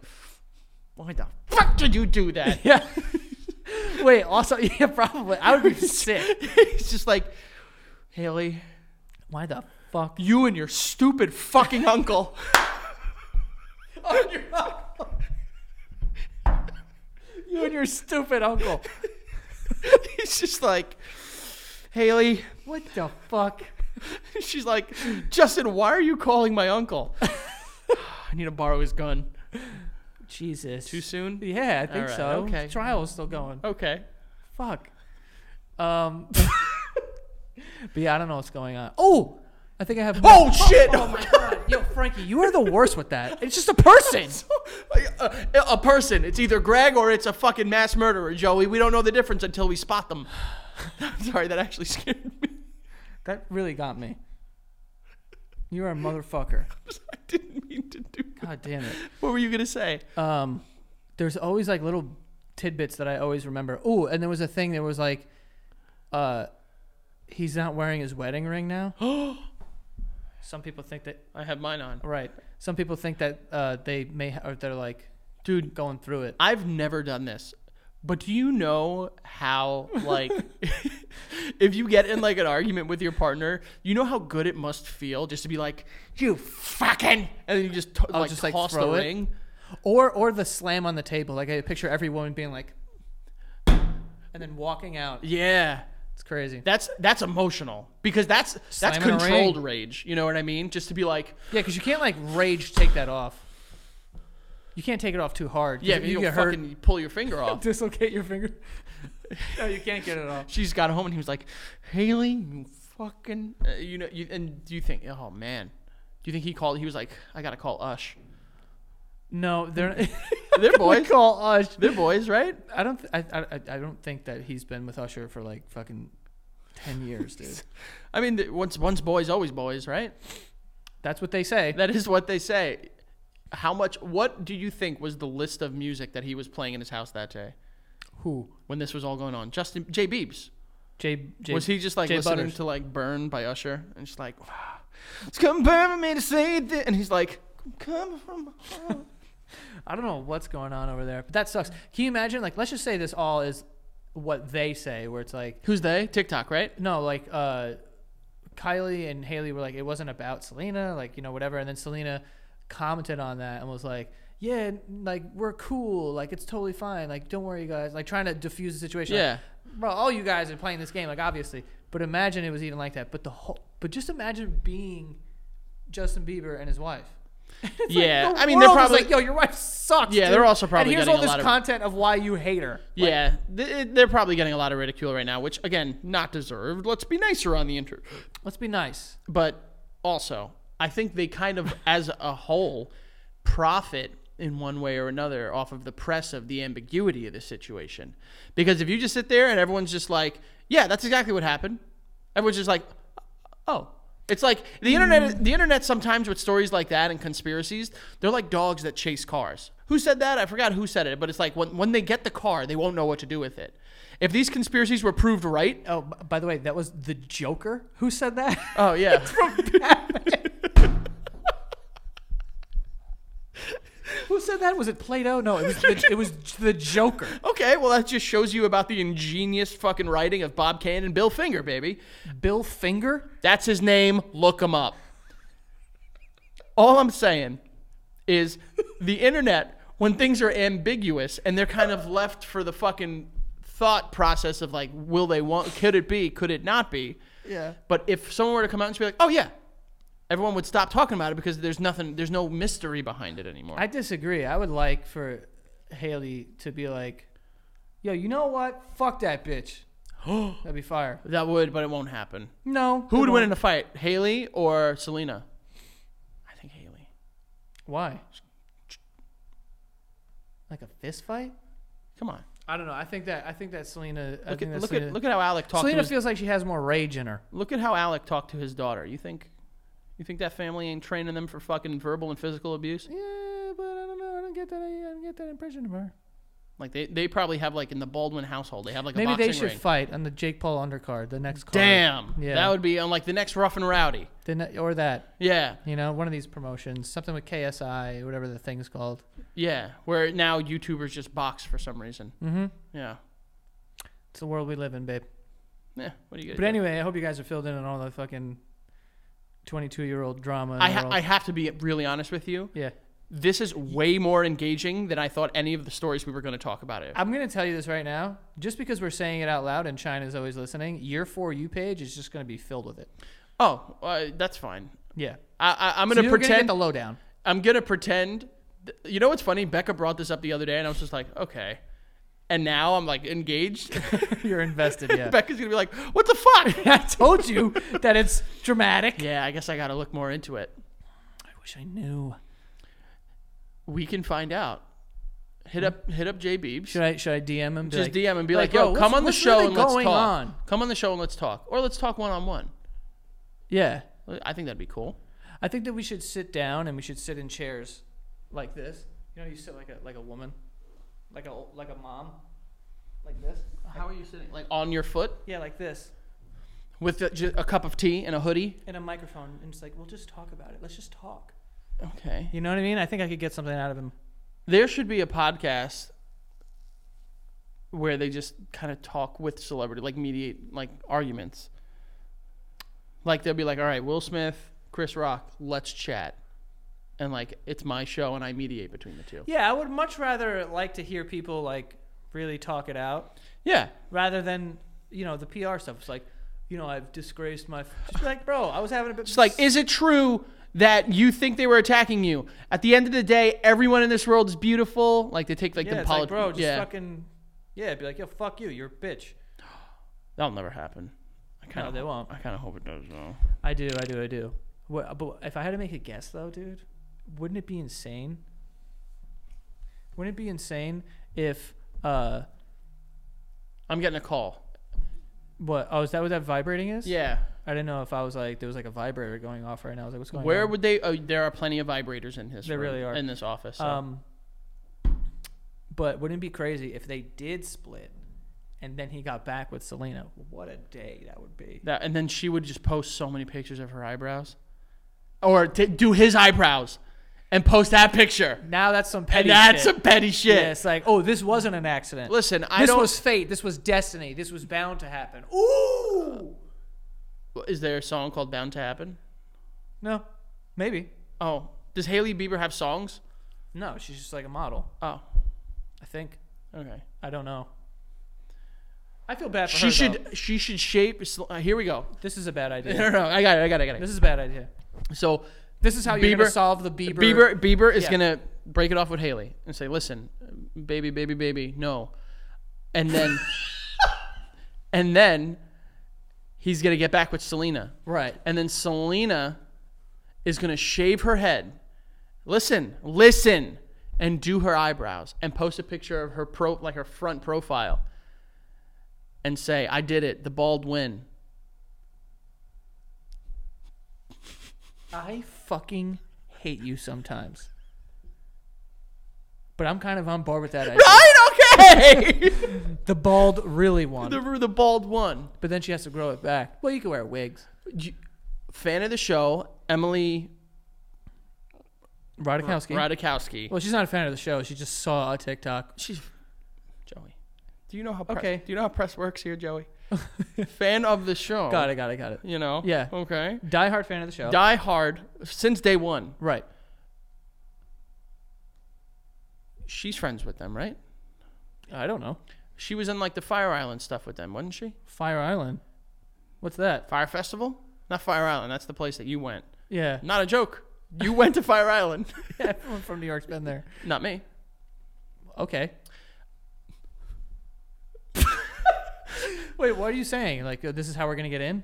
"Why the fuck did you do that?"
Yeah. Wait. Also, yeah, probably. I would be sick.
He's just like, Haley,
Why the fuck?
you and your stupid fucking uncle.
You and your stupid uncle.
He's just like, Haley.
What the fuck?
She's like, Justin, why are you calling my uncle? I need to borrow his gun.
Jesus.
Too soon?
Yeah, I think
Alright,
so.
okay.
Trial is still going.
Okay.
Fuck. Um. but yeah, I don't know what's going on. Oh, I think I have.
Oh shit!
Oh my god, yo, Frankie, you are the worst with that. It's just a person.
a, a person. It's either Greg or it's a fucking mass murderer, Joey. We don't know the difference until we spot them. I'm sorry, that actually scared me.
That really got me. You are a motherfucker.
I didn't mean to do.
God damn it.
What were you gonna say?
um, there's always like little tidbits that I always remember. Oh, and there was a thing that was like, uh, he's not wearing his wedding ring now. Some people think that
I have mine on,
right. Some people think that uh, they may ha- or they're like
dude.
going through it.
I've never done this, but do you know how like if you get in like an argument with your partner, you know how good it must feel just to be like you fucking, and then you just t- like
just, like,
toss
throw
the
it.
ring.
Or or the slam on the table. Like I picture every woman being like, and then walking out.
Yeah,
It's crazy.
that's that's emotional because that's that's
Slamming a
controlled rage. You know what I mean? Just to be like,
Yeah, because you can't like rage take that off. You can't take it off too hard. 'cause
yeah,
if
you will fucking pull your finger off.
dislocate your finger. no, you can't get it off.
She just got home and he was like, Haley, you fucking, uh, you know, you, and do you think, oh man, do you think he called? He was like, I gotta call Ush.
No, they're
They're boys.
call Ush.
They're boys, right?
I don't. Th- I, I I I don't think that he's been with Usher for like fucking ten years, dude.
I mean, th- once once boys, always boys, right?
That's what they say.
That is what they say. How much? What do you think was the list of music that he was playing in his house that day
Who?
when this was all going on? Justin J. Biebs
J, J
was he just like
Jay
listening
Butters.
to like "Burn" by Usher and just like, it's come burn for me to say this, and he's like, come from.
I don't know what's going on over there, but that sucks. Can you imagine? Like, let's just say this all is what they say, where it's like,
Who's they? TikTok, right?
no, like uh, Kylie and Haley were like, it wasn't about Selena, like you know whatever, and then Selena commented on that and was like, yeah, like we're cool, like it's totally fine, like don't worry, guys, like trying to diffuse the situation. Like,
Yeah.
bro, all you guys are playing this game, like obviously. But imagine it was even like that. But the whole, but just imagine being Justin Bieber and his wife.
yeah.
The
I mean, they're
world is
probably.
like, yo, your wife sucks.
Yeah,
dude.
they're also
And
probably
here's all
getting a
this
lot of-
content of why you hate her.
yeah, th- they're probably getting a lot of ridicule right now, which again, not deserved. Let's be nicer on the inter.
Let's be nice.
but also I think they kind of, as a whole, profit in one way or another off of the press of the ambiguity of the situation. Because if you just sit there and everyone's just like, "Yeah, that's exactly what happened," everyone's just like, "Oh." It's like the internet. The internet sometimes with stories like that and conspiracies, they're like dogs that chase cars. Who said that? I forgot who said it, but it's like when when they get the car, they won't know what to do with it. If these conspiracies were proved right,
Oh, b- by the way, that was the Joker who said that.
oh yeah,
Who said that? Was it Plato? No, it was the, it was the Joker.
Okay, well that just shows you about the ingenious fucking writing of Bob Kane and Bill Finger, baby.
Bill Finger.
That's his name. Look him up. All I'm saying is the internet, when things are ambiguous and they're kind of left for the fucking thought process of like, will they want, could it be, could it not be?
Yeah.
But if someone were to come out and just be like, oh yeah, everyone would stop talking about it because there's nothing, there's no mystery behind it anymore.
I disagree. I would like for Haley to be like, "Yo, you know what? Fuck that bitch." That'd be fire.
that would, but it won't happen.
No.
Who
it
would win in
won't.
a fight, Haley or Selena? I think Haley.
Why? Like a fist fight?
Come on.
I don't know. I think that I think that Selena. I
Look
think
at
that
look,
Selena,
at look at how Alec talked. To
Selena
his,
feels like she has more rage in her.
look at how Alec talked to his daughter. You think, you think that family ain't training them for fucking verbal and physical abuse?
Yeah, but I don't know. I don't get that. I don't get that impression of her.
Like they, they probably have like in the Baldwin household, they have like a
Maybe
boxing
they should
ring.
fight on the Jake Paul undercard, the next card.
Damn,
Yeah.
that would be on like the next rough and rowdy.
The ne- or that,
Yeah,
you know, one of these promotions, something with KSI, whatever the thing's called.
yeah. Where now YouTubers just box for some reason.
Mm.
Mm-hmm. Yeah,
It's the world we live in, babe.
yeah. What do you?
But anyway, I hope you guys are filled in on all the fucking twenty-two-year-old drama. In
I
the
ha-
world.
I have to be really honest with you.
yeah.
This is way more engaging than I thought any of the stories we were going to talk about it.
I'm gonna tell you this right now, just because we're saying it out loud and China's always listening. Year four you page is just gonna be filled with it.
Oh, uh, that's fine.
Yeah.
I, I, I'm
So
going to
you're
pretend.
gonna get the lowdown.
I'm gonna pretend. th- You know what's funny? Becca brought this up the other day, and I was just like, okay. And now I'm like engaged.
you're invested. Yeah.
Becca's gonna be like, what the fuck?
I told you that it's dramatic.
yeah, I guess I gotta look more into it.
I wish I knew.
We can find out. Hit up, hit up Jay Beebs.
Should I should I DM him? Be
just
like-
DM and be
like,
like, yo,
"Yo,
come
what's-
on the
what's
show
really
and let's
going
talk.
on?"
Come on the show and let's talk, or let's talk one on one.
Yeah.
I think that'd be cool.
I think that we should sit down and we should sit in chairs like this. You know, you sit like a like a woman, like a like a mom, like this.
How are you sitting? Like on your foot
Yeah, like this,
with a, ju- a cup of tea and a hoodie.
and a microphone, and it's like we'll just talk about it. Let's just talk.
Okay.
You know what I mean? I think I could get something out of him.
There should be a podcast where they just kind of talk with celebrity, like mediate like arguments. Like they'll be like, "All right, Will Smith, Chris Rock, let's chat," and like it's my show and I mediate between the two.
Yeah, I would much rather like to hear people like really talk it out
Yeah,
rather than you know the PR stuff. It's like, you know, I've disgraced my. Just be like, bro, I was having a bit.
it's like, is it true that you think they were attacking you? At the end of the day, everyone in this world is beautiful. Like they take like
yeah,
the
it's
poli-
like, bro, just
yeah,
fucking. Yeah, be like, yo, fuck you, you're a bitch.
that'll never happen. I kind
No,
of
they won't.
I kind of hope it does though.
I do, I do, I do. What, but if I had to make a guess, though, dude, wouldn't it be insane? Wouldn't it be insane if uh,
I'm getting a call.
what? Oh, is that what that vibrating is?
Yeah.
I didn't know if I was like there was like a vibrator going off right now. I was like, what's going
Where
on?
would they? Oh, there are plenty of vibrators in this.
There
room-
really are.
in this office. so.
Um, but wouldn't it be crazy if they did split, and then he got back with Selena? What a day that would be.
that, and then she would just post so many pictures of her eyebrows, or t- do his eyebrows, and post that picture.
Now that's some
And
petty.
that's
shit.
some petty shit.
Yeah, it's like, oh, this wasn't an accident.
Listen, I
this
don't.
was fate. This was destiny. This was bound to happen. Ooh.
is there a song called "Bound to Happen"?
No, maybe.
Oh, does Haley Bieber have songs?
No, she's just like a model.
Oh,
I think.
okay.
I don't know. I feel bad for
She
her.
should.
though.
She should shape. sl- uh, Here we go.
This is a bad
No,
idea.
no, no. I got it. I got it. I got it.
this is a bad idea.
So
This is how you're gonna
Bieber-
solve the Bieber.
Bieber Bieber is
Yeah.
gonna break it off with Haley and say, "Listen, baby, baby, baby, no," and then and then he's gonna get back with Selena,
Right.
and then Selena is gonna shave her head. Listen, listen, and do her eyebrows and post a picture of her pro like her front profile, and say, "I did it. The bald win."
I fucking hate you sometimes. But I'm kind of on board with that idea.
Right? Okay.
The bald really won.
the the bald one.
but then she has to grow it back. Well, you can wear wigs.
J- fan of the show, Emily
Radikowski.
Radikowski.
well, she's not a fan of the show. She just saw a TikTok.
She's Joey. Do you know how press,
Okay.
Do you know how press works here, Joey? Fan of the show.
Got it. Got it. Got it.
You know.
Yeah.
Okay.
Die hard fan of the show.
Die hard since day one.
right.
She's friends with them, right?
I don't know.
She was in like the Fire Island stuff with them, wasn't she?
Fire Island. What's that?
Fire Festival? Not Fire Island. That's the place that you went.
Yeah.
Not a joke. You went to Fire Island.
Everyone from New York's been there.
Not me.
Okay. Wait, what are you saying? Like, uh, this is how we're going to get in?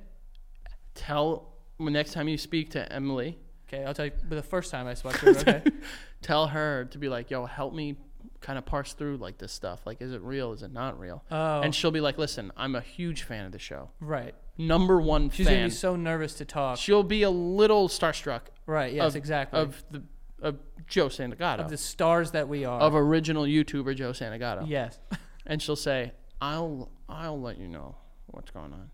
Tell when next time you speak to Emily,
Okay, I'll tell you. But the first time I swept her, okay.
tell her to be like, "Yo, help me kind of parse through like this stuff. Like is it real? Is it not real?"
Oh.
And she'll be like, "Listen, I'm a huge fan of the show.
right.
Number 1
She's going to
fan."
be so nervous to talk.
she'll be a little starstruck
Right, yes,
of,
exactly. Of,
of the of Joe Santagato. Of,
the stars that we are.
original YouTuber Joe Santagato.
yes.
And she'll say, "I'll I'll let you know what's going on."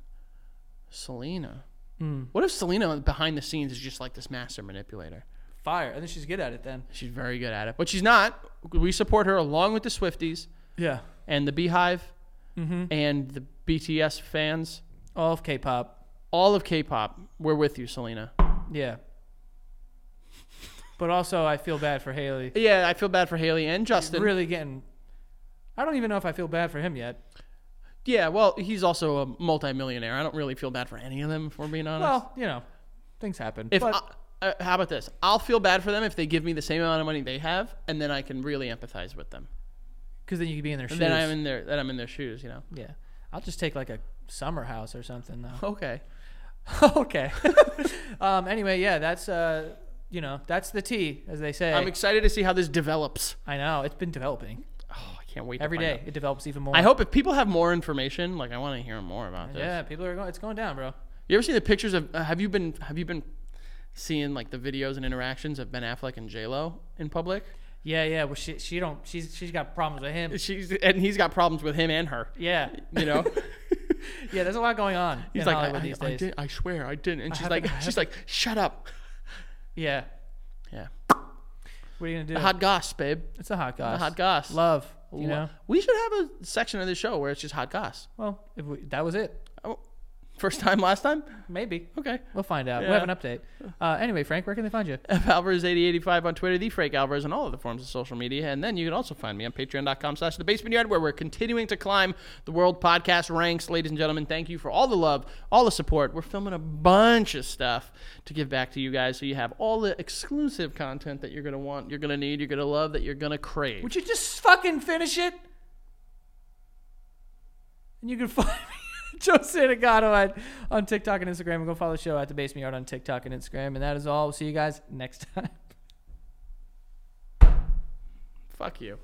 Selena.
Hmm.
What if Selena behind the scenes is just like this master manipulator?
Fire. And then she's good at it then.
She's very good at it, but she's not. We support her along with the Swifties
Yeah.
and the Beehive
Mm-hmm.
and the BTS fans.
All of K pop.
All of K-pop, we're with you, Selena.
Yeah. But also, I feel bad for Haley.
Yeah, I feel bad for Haley and Justin.
Really getting. I don't even know if I feel bad for him yet.
Yeah, well, he's also a multimillionaire. I don't really feel bad for any of them, if we're being honest.
Well, you know, things happen.
if
but,
I, uh, how about this? I'll feel bad for them if they give me the same amount of money they have, and then I can really empathize with them.
Because then you could be in their shoes.
Then I'm in their then I'm in their shoes, you know.
yeah. I'll just take like a summer house or something though.
Okay.
okay. um, anyway, yeah, that's uh, you know, that's the tea, as they say.
I'm excited to see how this develops.
I know it's been developing
Oh, I can't wait.
every
to find
day. It develops even more.
out. I hope if people have more information, like I want to hear more about this.
Yeah, people are going. It's going down, bro.
You ever see the pictures of? Uh, have you been? Have you been seeing like the videos and interactions of Ben Affleck and J Lo in public?
Yeah, yeah. Well, she she don't she's she's got problems with him.
She's and he's got problems with him and her.
Yeah,
You know.
yeah. There's a lot going on
He's
in
like,
Hollywood
I,
these
I,
days.
I, did, I swear I didn't. And she's
haven't-
like,
I
she's like, shut up.
Yeah.
Yeah.
What are you gonna do?
The hot goss, babe.
it's a hot goss.
The hot goss.
Love. You
Lo-
know.
We should have a section of this show where it's just hot goss.
Well, if we, that was it.
Oh, first time, last time?
Maybe
Okay.
we'll find out. We'll
Yeah.
have an update. Uh, anyway, Frank, where can they find you?
F Alvarez8085 on Twitter, the Frank Alvarez on all of the forms of social media. And then you can also find me on patreon.com slash the basement yard where we're continuing to climb the world podcast ranks. Ladies and gentlemen, thank you for all the love, all the support. We're filming a bunch of stuff to give back to you guys so you have all the exclusive content that you're gonna want, you're gonna need, you're gonna love, that you're gonna crave.
Would you just fucking finish it? And you can find me, Joe Santagato, on, on TikTok and Instagram. And go follow the show at The Basement Yard on TikTok and Instagram. And that is all. We'll see you guys next time.
Fuck you.